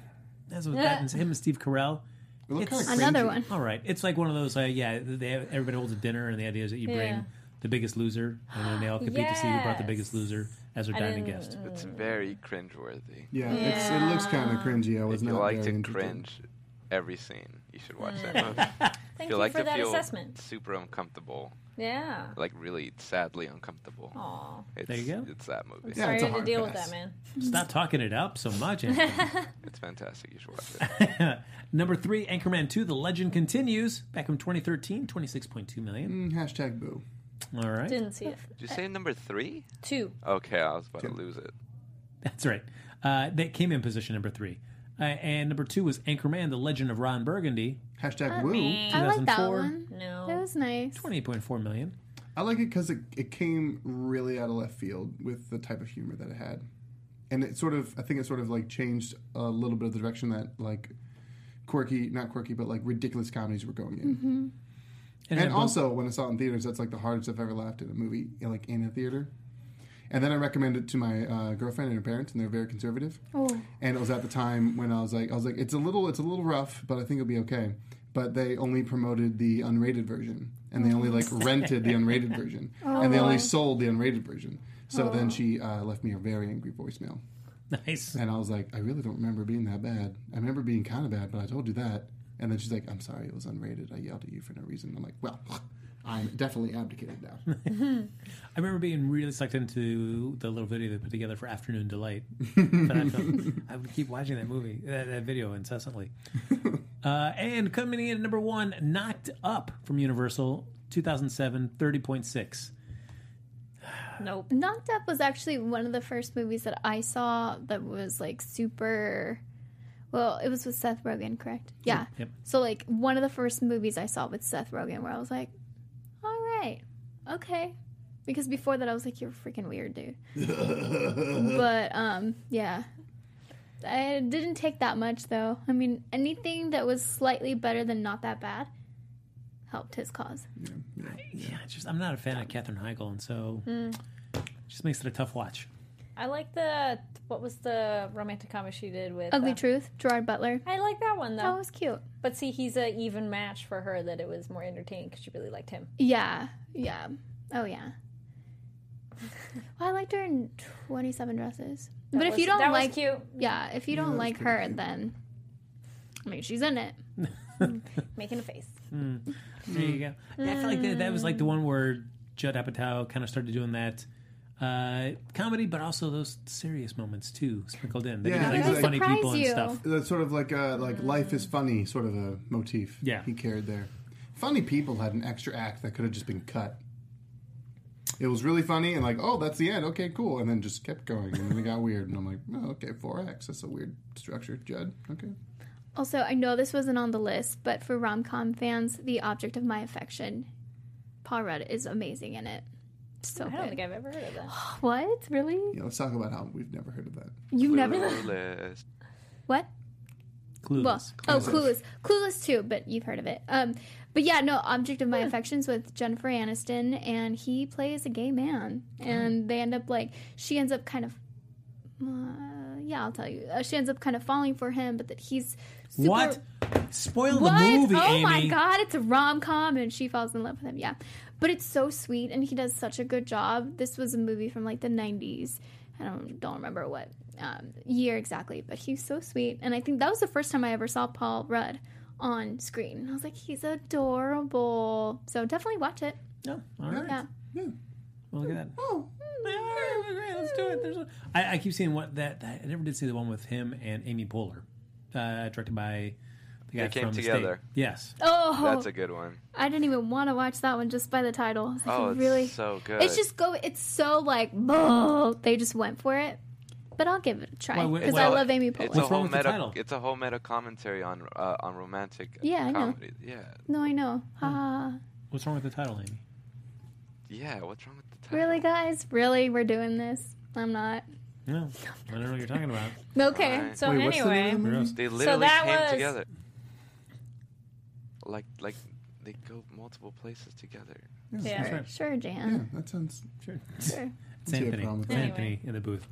[SPEAKER 1] That's what that and him and Steve Carell.
[SPEAKER 9] It looked
[SPEAKER 1] It's-
[SPEAKER 9] kinda
[SPEAKER 4] Another
[SPEAKER 9] cringy.
[SPEAKER 4] one.
[SPEAKER 1] All right, it's like one of those. Uh, yeah, they have, everybody holds a dinner, and the idea is that you bring
[SPEAKER 3] Yeah.
[SPEAKER 1] the biggest loser, and then they all compete to see who brought the biggest
[SPEAKER 3] Yes.
[SPEAKER 1] loser as their
[SPEAKER 3] I
[SPEAKER 1] dining
[SPEAKER 3] didn't-
[SPEAKER 1] guest.
[SPEAKER 11] It's
[SPEAKER 4] Mm.
[SPEAKER 11] very cringeworthy.
[SPEAKER 9] Yeah, It's, it looks kind of cringy. I was
[SPEAKER 11] If you
[SPEAKER 9] not
[SPEAKER 11] like
[SPEAKER 9] very
[SPEAKER 11] to
[SPEAKER 9] interested.
[SPEAKER 11] cringe every scene. You should watch that
[SPEAKER 3] Mm.
[SPEAKER 11] movie. If
[SPEAKER 3] Thank
[SPEAKER 11] you
[SPEAKER 3] you
[SPEAKER 11] like
[SPEAKER 3] for
[SPEAKER 11] to
[SPEAKER 3] that
[SPEAKER 11] feel
[SPEAKER 3] assessment.
[SPEAKER 11] Super uncomfortable.
[SPEAKER 3] Yeah.
[SPEAKER 11] Like really sadly uncomfortable.
[SPEAKER 3] Aw.
[SPEAKER 11] It's,
[SPEAKER 1] There you go.
[SPEAKER 11] It's that movie.
[SPEAKER 3] I'm sorry to deal with that, man.
[SPEAKER 1] Stop talking it up so much. Anthony.
[SPEAKER 11] It's fantastic. You should watch it.
[SPEAKER 1] Number three, Anchorman 2, The Legend Continues. Back from 2013, 26.2 million.
[SPEAKER 9] hashtag boo.
[SPEAKER 1] All right.
[SPEAKER 3] Didn't see it.
[SPEAKER 11] Did you say number three?
[SPEAKER 3] Two.
[SPEAKER 11] Okay, I was about to lose it.
[SPEAKER 1] That's right. Uh, that came in position number three. Uh, and number two was Anchorman, The Legend of Ron Burgundy.
[SPEAKER 9] Hashtag
[SPEAKER 4] Uh,
[SPEAKER 9] woo.
[SPEAKER 4] I like that one. No. That was nice.
[SPEAKER 1] 28.4 million.
[SPEAKER 9] I like it because it, it came really out of left field with the type of humor that it had. And it sort of, I think it sort of like changed a little bit of the direction that like quirky, not quirky, but like ridiculous comedies were going in. And,
[SPEAKER 1] And then both-
[SPEAKER 9] also, when I saw it in theaters, that's like the hardest I've ever laughed at a movie, like in a theater. And then I recommended it to my uh, girlfriend and her parents, and they're very conservative.
[SPEAKER 4] Oh.
[SPEAKER 9] And it was at the time when I was like, I was like, it's a little, it's a little rough, but I think it'll be okay. But they only promoted the unrated version, and they only like rented the unrated version,
[SPEAKER 1] Oh,
[SPEAKER 9] and they only
[SPEAKER 1] boy.
[SPEAKER 9] sold the unrated version. So
[SPEAKER 1] Oh.
[SPEAKER 9] then she uh, left me a very angry voicemail.
[SPEAKER 1] Nice.
[SPEAKER 9] And I was like, I really don't remember being that bad. I remember being kind of bad, but I told you that. And then she's like, I'm sorry, it was unrated. I yelled at you for no reason. I'm like, well, I'm definitely abdicated now.
[SPEAKER 1] I remember being really sucked into the little video they put together for Afternoon Delight. But I, felt, I would keep watching that movie, that, that video incessantly. Uh, and coming in at number one, Knocked Up from Universal, 2007, 30.6.
[SPEAKER 3] Nope.
[SPEAKER 4] Knocked Up was actually one of the first movies that I saw that was like super. Well, it was with Seth Rogen, correct? Yeah.
[SPEAKER 1] Yep.
[SPEAKER 4] So like one of the first movies I saw with Seth Rogen, where I was like, "All right, okay," because before that I was like, "You're freaking weird, dude." but um, yeah, I didn't take that much though. I mean, anything that was slightly better than not that bad helped his cause.
[SPEAKER 1] Yeah, it's just I'm not a fan of Katherine Heigl, and so
[SPEAKER 4] Hmm.
[SPEAKER 1] it just makes it a tough watch.
[SPEAKER 3] I like the what was the romantic comedy she did with
[SPEAKER 4] Ugly
[SPEAKER 3] uh,
[SPEAKER 4] Truth, Gerard Butler.
[SPEAKER 3] I like that one though.
[SPEAKER 4] That was cute.
[SPEAKER 3] But see, he's a even match for her. That it was more entertaining because she really liked him.
[SPEAKER 4] Yeah, yeah. Oh yeah. well, I liked her in Twenty Seven Dresses.
[SPEAKER 3] That
[SPEAKER 4] but if
[SPEAKER 3] was-
[SPEAKER 4] you don't
[SPEAKER 3] that was
[SPEAKER 4] like,
[SPEAKER 3] cute.
[SPEAKER 4] yeah, if you
[SPEAKER 3] Yeah,
[SPEAKER 4] don't
[SPEAKER 3] that was
[SPEAKER 4] like
[SPEAKER 3] pretty
[SPEAKER 4] her, then I mean, she's in it.
[SPEAKER 3] Making a face.
[SPEAKER 1] Mm. There you go. Yeah, I felt like that, that was like the one where Judd Apatow kind of started doing that uh, comedy, but also those serious moments too, sprinkled in. They did like the funny people and stuff.
[SPEAKER 9] That's sort of like a like life
[SPEAKER 4] Mm.
[SPEAKER 9] is funny sort of a motif. Yeah, he carried there. Funny people had an extra act that could have just been cut. It was really funny and like, oh, that's the end. Okay, cool. And then just kept going, and then it got weird. And I'm like, oh, okay, four acts. That's a weird structure, Judd. Okay.
[SPEAKER 4] Also, I know this wasn't on the list, but for rom com fans, the object of my affection, Paul Rudd is amazing in it. So
[SPEAKER 3] I don't
[SPEAKER 4] good.
[SPEAKER 3] think I've ever heard of that.
[SPEAKER 4] What really?
[SPEAKER 9] Yeah, let's talk about how we've never heard of that.
[SPEAKER 4] You've never
[SPEAKER 11] Clueless.
[SPEAKER 4] what?
[SPEAKER 1] Clueless.
[SPEAKER 4] Well, oh, Clueless. Clueless too, but you've heard of it. Um, but yeah, no, Object of My Affections with Jennifer Aniston, and he plays a gay man, and they end up like she ends up kind of. Uh, yeah, I'll tell you. Uh, she ends up kind of falling for him, but that he's super,
[SPEAKER 1] What? Spoil
[SPEAKER 4] What?
[SPEAKER 1] the movie,
[SPEAKER 4] oh
[SPEAKER 1] Amy.
[SPEAKER 4] my god, it's a rom com, and she falls in love with him. Yeah, but it's so sweet, and he does such a good job. This was a movie from like the '90s. I don't don't remember what um, year exactly, but he's so sweet, and I think that was the first time I ever saw Paul Rudd on screen. And I was like, he's adorable. So definitely watch it.
[SPEAKER 1] No, Oh, all right.
[SPEAKER 4] Yeah.
[SPEAKER 1] Well, look at that. Let's do it. There's a- I, I keep seeing what that, that- I never did see the one with him and Amy Poehler, uh, directed by the guy
[SPEAKER 11] They came
[SPEAKER 1] from the
[SPEAKER 11] together.
[SPEAKER 1] State. Yes.
[SPEAKER 4] Oh.
[SPEAKER 11] that's a good one.
[SPEAKER 4] I didn't even want to watch that one just by the title. I was like,
[SPEAKER 11] Oh, it's
[SPEAKER 4] really?
[SPEAKER 11] so good.
[SPEAKER 4] It's just go. It's so like, "Buh," they just went for it. But I'll give it a try
[SPEAKER 11] Well,
[SPEAKER 4] because I
[SPEAKER 11] well,
[SPEAKER 4] love Amy Poehler.
[SPEAKER 11] It's a whole meta. It's a whole meta commentary on uh, on romantic
[SPEAKER 4] Yeah, I know.
[SPEAKER 11] comedy. Yeah,
[SPEAKER 4] No, I know. Ha.
[SPEAKER 1] What's wrong with the title, Amy?
[SPEAKER 11] yeah. What's wrong with the title?
[SPEAKER 4] really, guys? Really, we're doing this? I'm not.
[SPEAKER 1] No, I don't know what you're talking about.
[SPEAKER 4] Okay. So
[SPEAKER 3] Wait, what's the name of the anyway- movie?
[SPEAKER 11] they
[SPEAKER 3] So
[SPEAKER 11] literally
[SPEAKER 3] that
[SPEAKER 11] came
[SPEAKER 3] was-
[SPEAKER 11] together. Like like they go multiple places together.
[SPEAKER 4] sure, sure, Jan.
[SPEAKER 9] Yeah, that sounds sure.
[SPEAKER 4] Sure.
[SPEAKER 1] It's Anthony. It's Anthony in the booth.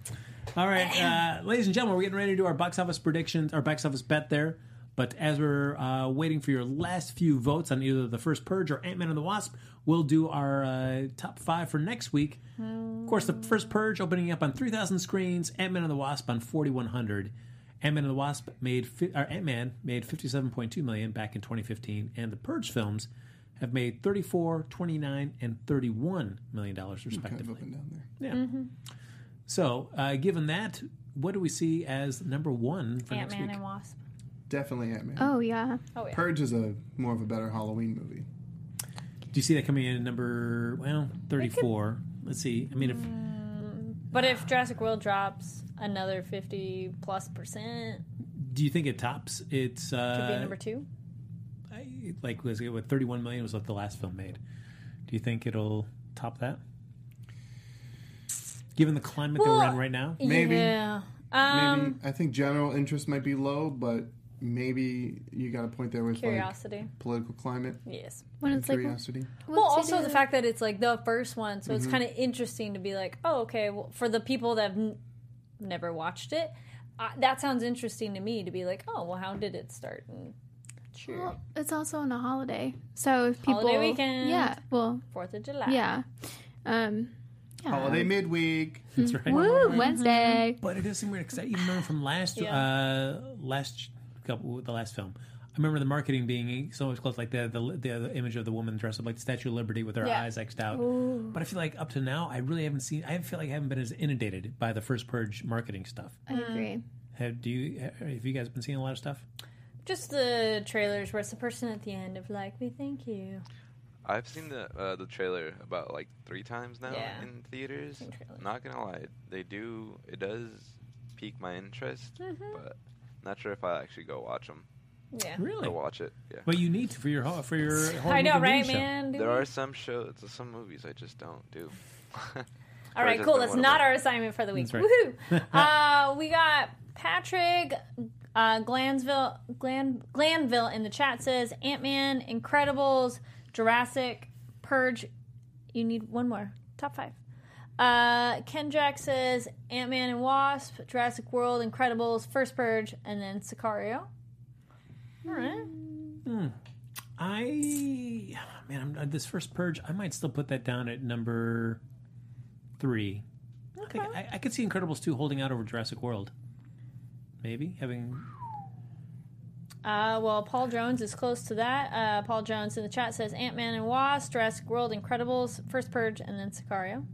[SPEAKER 1] All right, uh, ladies and gentlemen, we're getting ready to do our box office predictions, our box office bet there. But as we're uh, waiting for your last few votes on either the first Purge or Ant Man and the Wasp, we'll do our uh, top five for next week. Of course, the first Purge opening up on 3,000 screens, Ant Man and the Wasp on 4,100. Ant-Man and the Wasp made fi- or Ant-Man made 57.2 million back in 2015, and the Purge films have made 34, 29, and 31 million dollars respectively. Yeah.
[SPEAKER 3] Mm-hmm.
[SPEAKER 1] So, uh, given that, what do we see as number one for
[SPEAKER 3] Ant
[SPEAKER 1] next
[SPEAKER 3] Man
[SPEAKER 1] week?
[SPEAKER 3] and Wasp.
[SPEAKER 9] Definitely Ant Man.
[SPEAKER 4] Oh yeah.
[SPEAKER 3] Oh yeah.
[SPEAKER 9] Purge is a more of a better Halloween movie.
[SPEAKER 1] Do you see that coming in at number well 34? Let's see. I mean, if
[SPEAKER 3] Mm. But if Jurassic World drops another fifty plus percent,
[SPEAKER 1] do you think it tops? It's
[SPEAKER 3] could be
[SPEAKER 1] uh,
[SPEAKER 3] number two.
[SPEAKER 1] like was it what 31 million was what the last film made. Do you think it'll top that? Given the climate that we're
[SPEAKER 3] Well,
[SPEAKER 1] in right now,
[SPEAKER 9] Maybe.
[SPEAKER 3] Yeah. Um,
[SPEAKER 9] maybe I think general interest might be low, but maybe you got a point there with
[SPEAKER 3] Curiosity.
[SPEAKER 9] like political climate.
[SPEAKER 3] Yes.
[SPEAKER 4] When
[SPEAKER 9] and
[SPEAKER 4] it's like,
[SPEAKER 9] curiosity.
[SPEAKER 3] Well,
[SPEAKER 4] What's
[SPEAKER 3] also
[SPEAKER 4] it
[SPEAKER 3] the
[SPEAKER 4] in?
[SPEAKER 3] fact that it's like the first one, so it's
[SPEAKER 9] Mhm.
[SPEAKER 3] kind of interesting to be like, oh, okay. Well, for the people that have n- never watched it, uh, that sounds interesting to me to be like, oh, well, how did it start? And sure,
[SPEAKER 4] Well, it's also on a holiday, so if people
[SPEAKER 3] Holiday weekend.
[SPEAKER 4] Yeah. Well.
[SPEAKER 3] Fourth of July.
[SPEAKER 4] Yeah. Um. Yeah.
[SPEAKER 3] Uh,
[SPEAKER 9] Holiday midweek.
[SPEAKER 1] that's right.
[SPEAKER 4] Woo! Wednesday.
[SPEAKER 1] But it does seem weird because I even remember from last
[SPEAKER 4] Yeah.
[SPEAKER 1] uh, last couple the last film. I remember the marketing being so much close, like the the, the, image of the woman dressed up like the Statue of Liberty with her
[SPEAKER 13] Yeah.
[SPEAKER 1] eyes xed out.
[SPEAKER 13] Ooh.
[SPEAKER 1] But I feel like up to now, I really haven't seen. I feel like I haven't been as inundated by the first purge marketing stuff.
[SPEAKER 4] I
[SPEAKER 3] Mm.
[SPEAKER 4] agree.
[SPEAKER 1] Have do you? Have you guys been seeing a lot of stuff?
[SPEAKER 3] Just the trailers where it's the person at the end of like, we thank you.
[SPEAKER 11] I've seen the uh, the trailer about like three times now
[SPEAKER 3] Yeah.
[SPEAKER 11] in theaters. Not gonna lie, they do it does pique my interest,
[SPEAKER 3] Mhm.
[SPEAKER 11] but not sure if I will actually go watch them.
[SPEAKER 3] Yeah.
[SPEAKER 1] Really?
[SPEAKER 11] Or watch it. Yeah.
[SPEAKER 1] But you need to for your ho- for your. Whole
[SPEAKER 3] I know,
[SPEAKER 1] movie
[SPEAKER 3] right,
[SPEAKER 1] show.
[SPEAKER 3] man? Do
[SPEAKER 11] there
[SPEAKER 3] we-
[SPEAKER 11] are some shows, some movies I just don't do.
[SPEAKER 3] All right, cool. That's not our assignment for the week.
[SPEAKER 11] That's
[SPEAKER 3] Woohoo!
[SPEAKER 11] right.
[SPEAKER 3] uh, we got Patrick uh, Glansville, Glan, Glanville in the chat says Ant Man, Incredibles, Jurassic, Purge. You need one more. Top five. Uh, Ken Jack says Ant Man and Wasp, Jurassic World, Incredibles, First Purge, and then Sicario. All right.
[SPEAKER 1] Hmm. I man, I'm, uh, this first purge, I might still put that down at number three. Okay. I, I could see Incredibles two holding out over Jurassic World. Maybe having
[SPEAKER 3] Uh, well, Paul Jones is close to that. Uh, Paul Jones in the chat says Ant Man and Wasp, Jurassic World, Incredibles, First Purge, and then Sicario.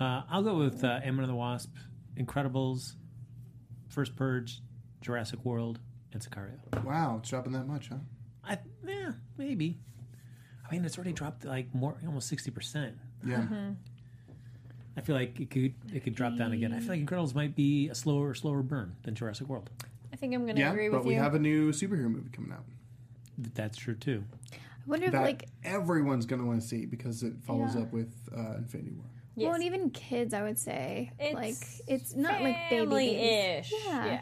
[SPEAKER 1] uh, I'll go with uh, Ant-Man and the Wasp, Incredibles, First Purge, Jurassic World, and Sicario.
[SPEAKER 9] Wow, it's dropping that much, huh?
[SPEAKER 1] I yeah, maybe. I mean, it's already dropped like more, almost sixty percent.
[SPEAKER 9] Yeah.
[SPEAKER 3] Mm-hmm.
[SPEAKER 1] I feel like it could it could drop down again. I feel like Incredibles might be a slower slower burn than Jurassic World.
[SPEAKER 3] I think I'm going to
[SPEAKER 9] yeah,
[SPEAKER 3] agree
[SPEAKER 9] but
[SPEAKER 3] with
[SPEAKER 9] we
[SPEAKER 3] you.
[SPEAKER 9] have a new superhero movie coming out.
[SPEAKER 1] That's true too.
[SPEAKER 4] I wonder if
[SPEAKER 9] that
[SPEAKER 4] like
[SPEAKER 9] everyone's gonna want to see because it follows
[SPEAKER 4] Yeah.
[SPEAKER 9] up with uh, Infinity War.
[SPEAKER 4] Well, and even kids, I would say, like it's not like baby
[SPEAKER 3] family-ish,
[SPEAKER 4] babies.
[SPEAKER 3] yeah.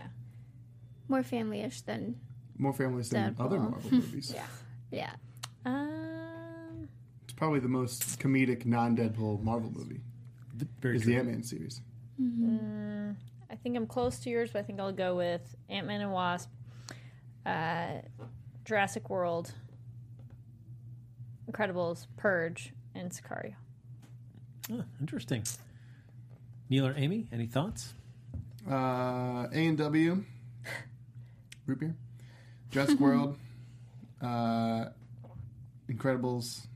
[SPEAKER 4] more family-ish than
[SPEAKER 9] More families than other
[SPEAKER 4] Deadpool.
[SPEAKER 9] Marvel movies.
[SPEAKER 3] yeah,
[SPEAKER 4] yeah.
[SPEAKER 3] Um,
[SPEAKER 9] It's probably the most comedic non-Deadpool Marvel movie.
[SPEAKER 1] Very
[SPEAKER 9] is
[SPEAKER 1] true.
[SPEAKER 9] the Ant Man series.
[SPEAKER 3] mm, I think I'm close to yours, but I think I'll go with Ant Man and Wasp, uh, Jurassic World, Incredibles, Purge, and Sicario.
[SPEAKER 1] Oh, interesting. Neil or Amy, any thoughts?
[SPEAKER 9] Uh, A and W, root beer, Jurassic World, uh, Incredibles,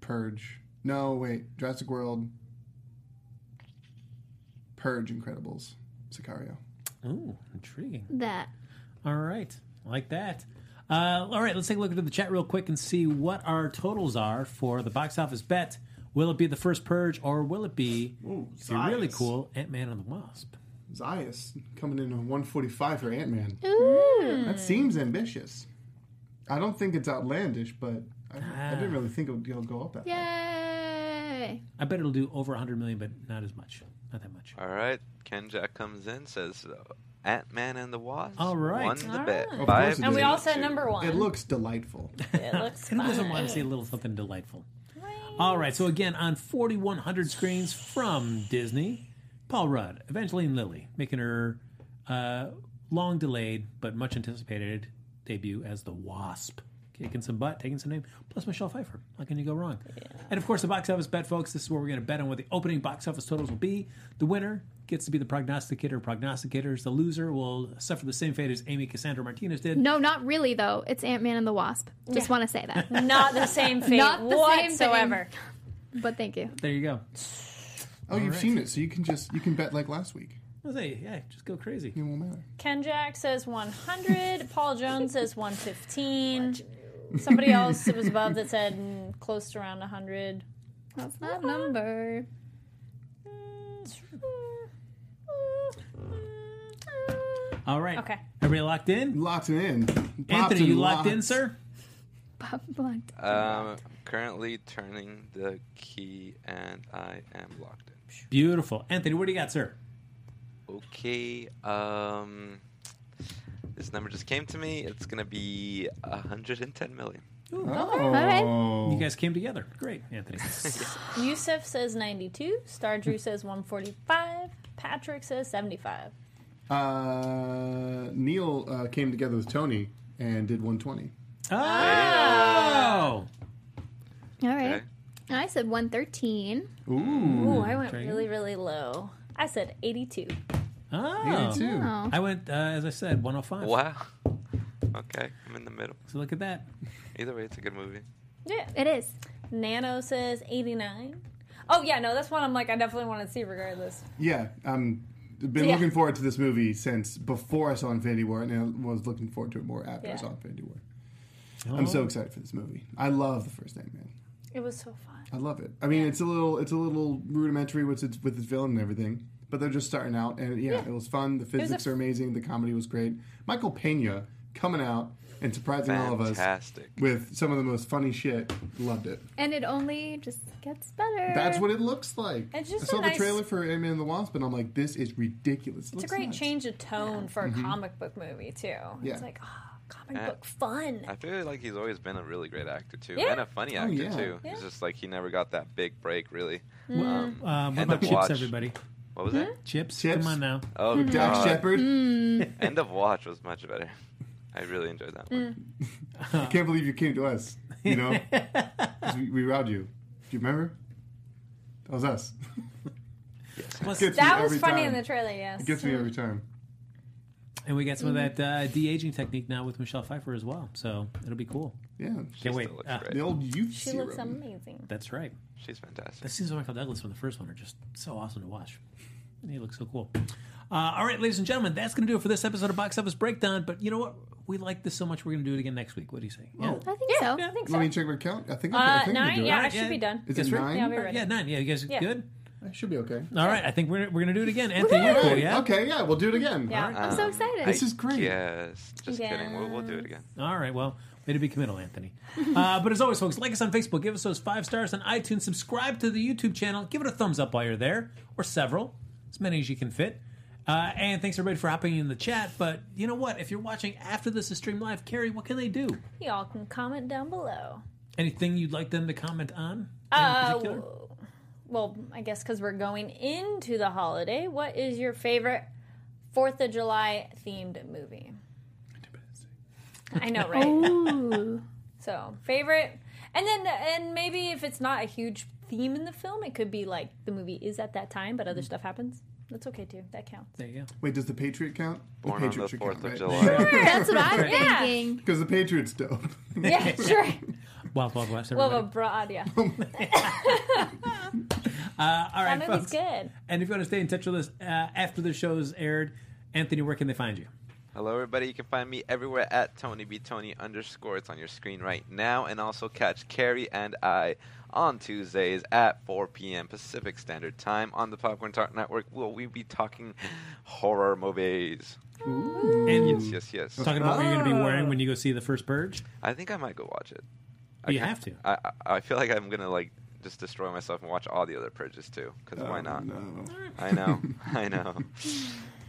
[SPEAKER 9] Purge. No, wait, Jurassic World, Purge, Incredibles, Sicario.
[SPEAKER 1] Ooh, intriguing.
[SPEAKER 4] That
[SPEAKER 1] All right, like that. Uh, all right, let's take a look into the chat real quick and see what our totals are for the box office bet. Will it be the first purge, or will it be if you're really
[SPEAKER 9] Zias.
[SPEAKER 1] cool Ant Man and the Wasp?
[SPEAKER 9] Zayas coming in on 145 for Ant
[SPEAKER 3] Mm.
[SPEAKER 9] Man.
[SPEAKER 1] Hmm.
[SPEAKER 4] Ooh.
[SPEAKER 9] That seems ambitious. I don't think it's outlandish, but I, I
[SPEAKER 1] Ah.
[SPEAKER 9] didn't really think it would it'll go up that.
[SPEAKER 4] Yay!
[SPEAKER 1] I bet it'll do over 100 million, but not as much, not that much.
[SPEAKER 11] All right, Ken Jack comes in says. Uh, Ant Man and the Wasp
[SPEAKER 1] All right.
[SPEAKER 11] won the
[SPEAKER 1] All
[SPEAKER 3] Ah.
[SPEAKER 11] bet.
[SPEAKER 1] right. Of
[SPEAKER 11] Five
[SPEAKER 1] course it And we
[SPEAKER 11] to
[SPEAKER 1] all
[SPEAKER 3] said
[SPEAKER 11] two.
[SPEAKER 3] number one. It
[SPEAKER 9] looks delightful.
[SPEAKER 3] It looks
[SPEAKER 1] Who doesn't
[SPEAKER 3] fine.
[SPEAKER 1] want to see a little something delightful? All right, so again, on 4,100 screens from Disney, Paul Rudd, Evangeline Lilly, making her uh, long delayed but much anticipated debut as the Wasp. Kicking some butt, taking some name, plus Michelle Pfeiffer. How can you go wrong? And of course, the box office bet, folks. This is where we're going to bet on what the opening box office totals will be. The winner gets to be the prognosticator. Prognosticators, the loser will suffer the same fate as Amy Cassandra Martinez did.
[SPEAKER 4] No, not really though. It's Ant Man and the Wasp. Just want to say that.
[SPEAKER 3] Not the same fate
[SPEAKER 4] Not the same thing.
[SPEAKER 3] whatsoever.
[SPEAKER 4] But thank you.
[SPEAKER 1] There you go.
[SPEAKER 9] Oh, you've seen it, so you can just you can bet like last week.
[SPEAKER 1] I say, yeah, just go crazy.
[SPEAKER 9] It won't matter.
[SPEAKER 3] Ken Jack says 100. Paul Jones says 115. Somebody else that was above that said mm, close to around 100.
[SPEAKER 4] That's not a number.
[SPEAKER 1] All right.
[SPEAKER 3] Okay.
[SPEAKER 1] Everybody locked in?
[SPEAKER 9] Locked in. and
[SPEAKER 1] Anthony, you locked in,
[SPEAKER 9] locked.
[SPEAKER 1] sir?
[SPEAKER 4] Bob Blunt.
[SPEAKER 9] Oh.
[SPEAKER 11] Um, currently turning the key, and I am locked in.
[SPEAKER 1] Beautiful. Anthony, what do you got, sir?
[SPEAKER 11] Okay. Um, this number just came to me. It's gonna be 110 million.
[SPEAKER 3] All right.
[SPEAKER 1] You guys came together. Great, Anthony.
[SPEAKER 3] Yusuf says 92. Star Drew says 145. Patrick says 75.
[SPEAKER 9] Uh, Neil uh, came together with Tony and did 120.
[SPEAKER 1] Oh.
[SPEAKER 4] All right. I said 113.
[SPEAKER 9] Ooh.
[SPEAKER 3] Ooh, I went really, really low. I said 82.
[SPEAKER 1] Oh.
[SPEAKER 3] 82. Oh.
[SPEAKER 1] I went, uh, as I said, 105.
[SPEAKER 11] Wow. Okay, I'm in the middle.
[SPEAKER 1] So look at that.
[SPEAKER 11] Either way, it's a good movie.
[SPEAKER 3] Yeah. It is. Nano says 89. Oh, yeah, no, that's one I'm like, I definitely want to see regardless.
[SPEAKER 9] Yeah, um, been
[SPEAKER 3] Yeah.
[SPEAKER 9] looking forward to this movie since before I saw Infinity War, and I was looking forward to it more after I
[SPEAKER 3] Yeah.
[SPEAKER 9] saw Infinity War. I'm so excited for this movie. I love the first Ant Man.
[SPEAKER 3] It was so fun.
[SPEAKER 9] I love it. I mean, it's a little, it's a little rudimentary with its with its villain and everything, but they're just starting out, and yeah, it was fun. The
[SPEAKER 3] was a
[SPEAKER 9] physics are amazing. The comedy was great. Michael Pena coming out and surprising all of us
[SPEAKER 11] Fantastic.
[SPEAKER 9] with some of the most funny shit. Loved it.
[SPEAKER 4] And it only just gets better.
[SPEAKER 9] That's what it looks like.
[SPEAKER 3] It's just
[SPEAKER 9] I saw
[SPEAKER 3] a
[SPEAKER 9] the
[SPEAKER 3] nice-
[SPEAKER 9] trailer for Ant Man and the Wasp, and I'm like, this is ridiculous. It
[SPEAKER 3] It's a
[SPEAKER 9] looks
[SPEAKER 3] great
[SPEAKER 9] nice.
[SPEAKER 3] change of tone for a
[SPEAKER 9] Mhm.
[SPEAKER 3] comic book movie, too.
[SPEAKER 9] Yeah.
[SPEAKER 3] It's like, oh, comic
[SPEAKER 11] Uh,
[SPEAKER 3] book fun.
[SPEAKER 11] I feel like he's always been a really great actor too,
[SPEAKER 3] Yeah.
[SPEAKER 11] and a funny
[SPEAKER 3] Oh,
[SPEAKER 11] actor
[SPEAKER 3] yeah.
[SPEAKER 11] too.
[SPEAKER 3] Yeah.
[SPEAKER 11] It's just like he never got that big break, really.
[SPEAKER 3] Mm.
[SPEAKER 1] Um,
[SPEAKER 11] End
[SPEAKER 1] what about
[SPEAKER 11] of
[SPEAKER 1] chips,
[SPEAKER 11] watch.
[SPEAKER 1] everybody?
[SPEAKER 11] What was
[SPEAKER 3] Hmm?
[SPEAKER 11] that?
[SPEAKER 1] Chips? Come on now.
[SPEAKER 11] Oh,
[SPEAKER 1] Mhm.
[SPEAKER 4] Uh,
[SPEAKER 1] Dax
[SPEAKER 11] God.
[SPEAKER 1] Shepard?
[SPEAKER 4] mm,
[SPEAKER 11] End of Watch was much better. I really enjoyed that.
[SPEAKER 3] Mm.
[SPEAKER 11] One.
[SPEAKER 9] I can't believe you came to us. You know, 'Cause we, we robbed you. Do you remember? That was us. Gets me
[SPEAKER 3] that was
[SPEAKER 9] every
[SPEAKER 3] funny
[SPEAKER 9] time.
[SPEAKER 3] in the trailer, yes.
[SPEAKER 9] It gets me every time.
[SPEAKER 1] And we got some of that uh, de aging technique now with Michelle Pfeiffer as well. So it'll be cool.
[SPEAKER 9] Yeah.
[SPEAKER 1] Can't wait. Ah,
[SPEAKER 9] The old youth
[SPEAKER 3] She
[SPEAKER 9] serum.
[SPEAKER 3] looks amazing.
[SPEAKER 1] That's right.
[SPEAKER 11] She's fantastic.
[SPEAKER 1] The scenes with Michael Douglas from the first one are just so awesome to watch. He looks so cool. Uh, all right, ladies and gentlemen, that's going to do it for this episode of Box Office Breakdown. But you know what? We like this so much, we're going to do it again next week. What do you say?
[SPEAKER 9] Oh.
[SPEAKER 3] I think so. I think so.
[SPEAKER 9] Let me check my count. I think
[SPEAKER 3] Uh,
[SPEAKER 9] I, I think I
[SPEAKER 3] nine?
[SPEAKER 9] can do it.
[SPEAKER 3] Yeah, I should be done.
[SPEAKER 9] Is
[SPEAKER 1] Yes,
[SPEAKER 9] it
[SPEAKER 1] right?
[SPEAKER 9] nine?
[SPEAKER 3] Yeah, I'll be ready.
[SPEAKER 1] Uh, Yeah, nine. Yeah, you guys
[SPEAKER 3] Yeah.
[SPEAKER 1] good?
[SPEAKER 9] I should be okay.
[SPEAKER 1] All right, I think we're, we're going to do it again. Anthony, you're cool, Oh, yeah?
[SPEAKER 9] Okay, yeah, we'll do it again.
[SPEAKER 3] Yeah.
[SPEAKER 11] I'm so Um, excited.
[SPEAKER 9] This
[SPEAKER 11] I-
[SPEAKER 9] is great.
[SPEAKER 11] Yes. Just kidding. We'll, we'll do it again.
[SPEAKER 1] All right, well, way to be committal, Anthony. uh, but as always, folks, like us on Facebook, give us those five stars on iTunes, subscribe to the YouTube channel, give it a thumbs up while you're there, or several, as many as you can fit. Uh, and thanks everybody for hopping in the chat. But you know what? If you're watching after this is streamed live, Carrie, what can they do?
[SPEAKER 3] Y'all can comment down below.
[SPEAKER 1] Anything you'd like them to comment on? in
[SPEAKER 3] Uh,
[SPEAKER 1] particular?
[SPEAKER 3] w- well, I guess because we're going into the holiday, what is your favorite Fourth of July themed movie? I know, right? So favorite, and then and maybe if it's not a huge theme in the film, it could be like the movie is at that time, but other stuff happens. That's okay too. That counts.
[SPEAKER 1] Mm. There you go.
[SPEAKER 9] Wait, does the Patriot count?
[SPEAKER 11] Born
[SPEAKER 9] the
[SPEAKER 11] on
[SPEAKER 9] Patriot
[SPEAKER 11] the
[SPEAKER 9] should
[SPEAKER 11] 4th
[SPEAKER 9] count,
[SPEAKER 11] of
[SPEAKER 9] right?
[SPEAKER 11] July.
[SPEAKER 4] That's what I was
[SPEAKER 3] Yeah.
[SPEAKER 4] thinking.
[SPEAKER 9] Because the Patriot's dope.
[SPEAKER 3] Yeah, sure.
[SPEAKER 1] Wild Wild West,
[SPEAKER 3] Well,
[SPEAKER 1] everybody.
[SPEAKER 3] but broad, yeah.
[SPEAKER 1] Uh, all
[SPEAKER 3] that
[SPEAKER 1] right,
[SPEAKER 3] movie's
[SPEAKER 1] folks.
[SPEAKER 3] good.
[SPEAKER 1] And if you want to stay in touch with us uh, after the show's aired, Anthony, where can they find you?
[SPEAKER 11] Hello, everybody. You can find me everywhere at Tony B. Tony underscore. It's on your screen right now. And also catch Carrie and I on Tuesdays at 4 p.m. Pacific Standard Time on the Popcorn Talk Network. Will we be talking horror movies?
[SPEAKER 1] And
[SPEAKER 11] Yes, yes, yes.
[SPEAKER 1] Talking about what you're going to be
[SPEAKER 3] Oh.
[SPEAKER 1] wearing when you go see the first Purge.
[SPEAKER 11] I think I might go watch it.
[SPEAKER 1] You
[SPEAKER 11] can't-
[SPEAKER 1] have to.
[SPEAKER 11] I, I I feel like I'm gonna like just destroy myself and watch all the other purges too. Because why not? I know, I know.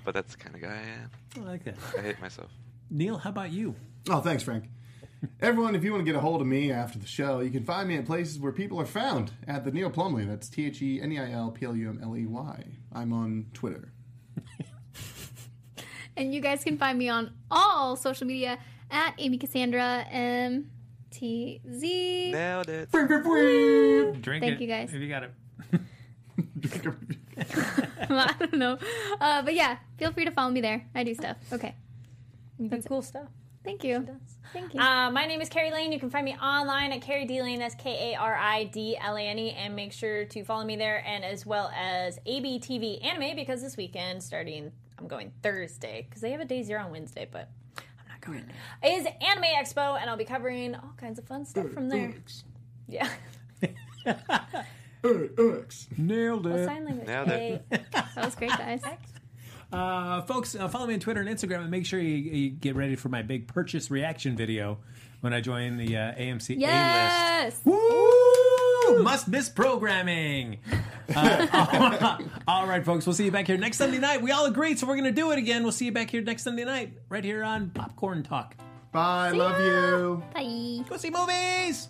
[SPEAKER 11] But that's the kind of guy I am.
[SPEAKER 1] I like that.
[SPEAKER 11] I hate myself.
[SPEAKER 1] Neil, how about you?
[SPEAKER 9] Oh, thanks, Frank. Everyone, if you want to get a hold of me after the show, you can find me at places where people are found at the Neil Plumley. That's T H E N E I L P L U M L E Y. I'm on Twitter.
[SPEAKER 4] And you guys can find me on all social media at Amy Cassandra MTZ.
[SPEAKER 11] Nailed it.
[SPEAKER 1] Drink
[SPEAKER 4] Thank
[SPEAKER 1] it.
[SPEAKER 4] you guys.
[SPEAKER 1] If you got it.
[SPEAKER 4] I don't know. Uh, but yeah, feel free to follow me there. I do stuff. Okay. That's
[SPEAKER 3] cool stuff.
[SPEAKER 4] Thank you. Thank you.
[SPEAKER 3] Uh, my name is Carrie Lane. You can find me online at Carrie D Lane. That's K A R I D L A N E. And make sure to follow me there and as well as ABTV Anime because this weekend, starting, I'm going Thursday because they have a day zero on Wednesday, but I'm not going. Is Anime Expo and I'll be covering all kinds of fun stuff from there. Yeah.
[SPEAKER 1] Nailed
[SPEAKER 3] Well,
[SPEAKER 1] it.
[SPEAKER 3] sign language.
[SPEAKER 1] Nailed it.
[SPEAKER 3] Hey. that
[SPEAKER 4] was great, guys.
[SPEAKER 1] Uh, folks, uh, follow me on Twitter and Instagram, and make sure you, you get ready for my big purchase reaction video when I join the uh, AMC
[SPEAKER 4] Yes.
[SPEAKER 1] A list. Must miss programming. Uh, all right, folks, we'll see you back here next Sunday night. We all agreed, so we're going to do it again. We'll see you back here next Sunday night, right here on Popcorn Talk.
[SPEAKER 9] Bye. love you.
[SPEAKER 4] Bye.
[SPEAKER 1] Go see movies.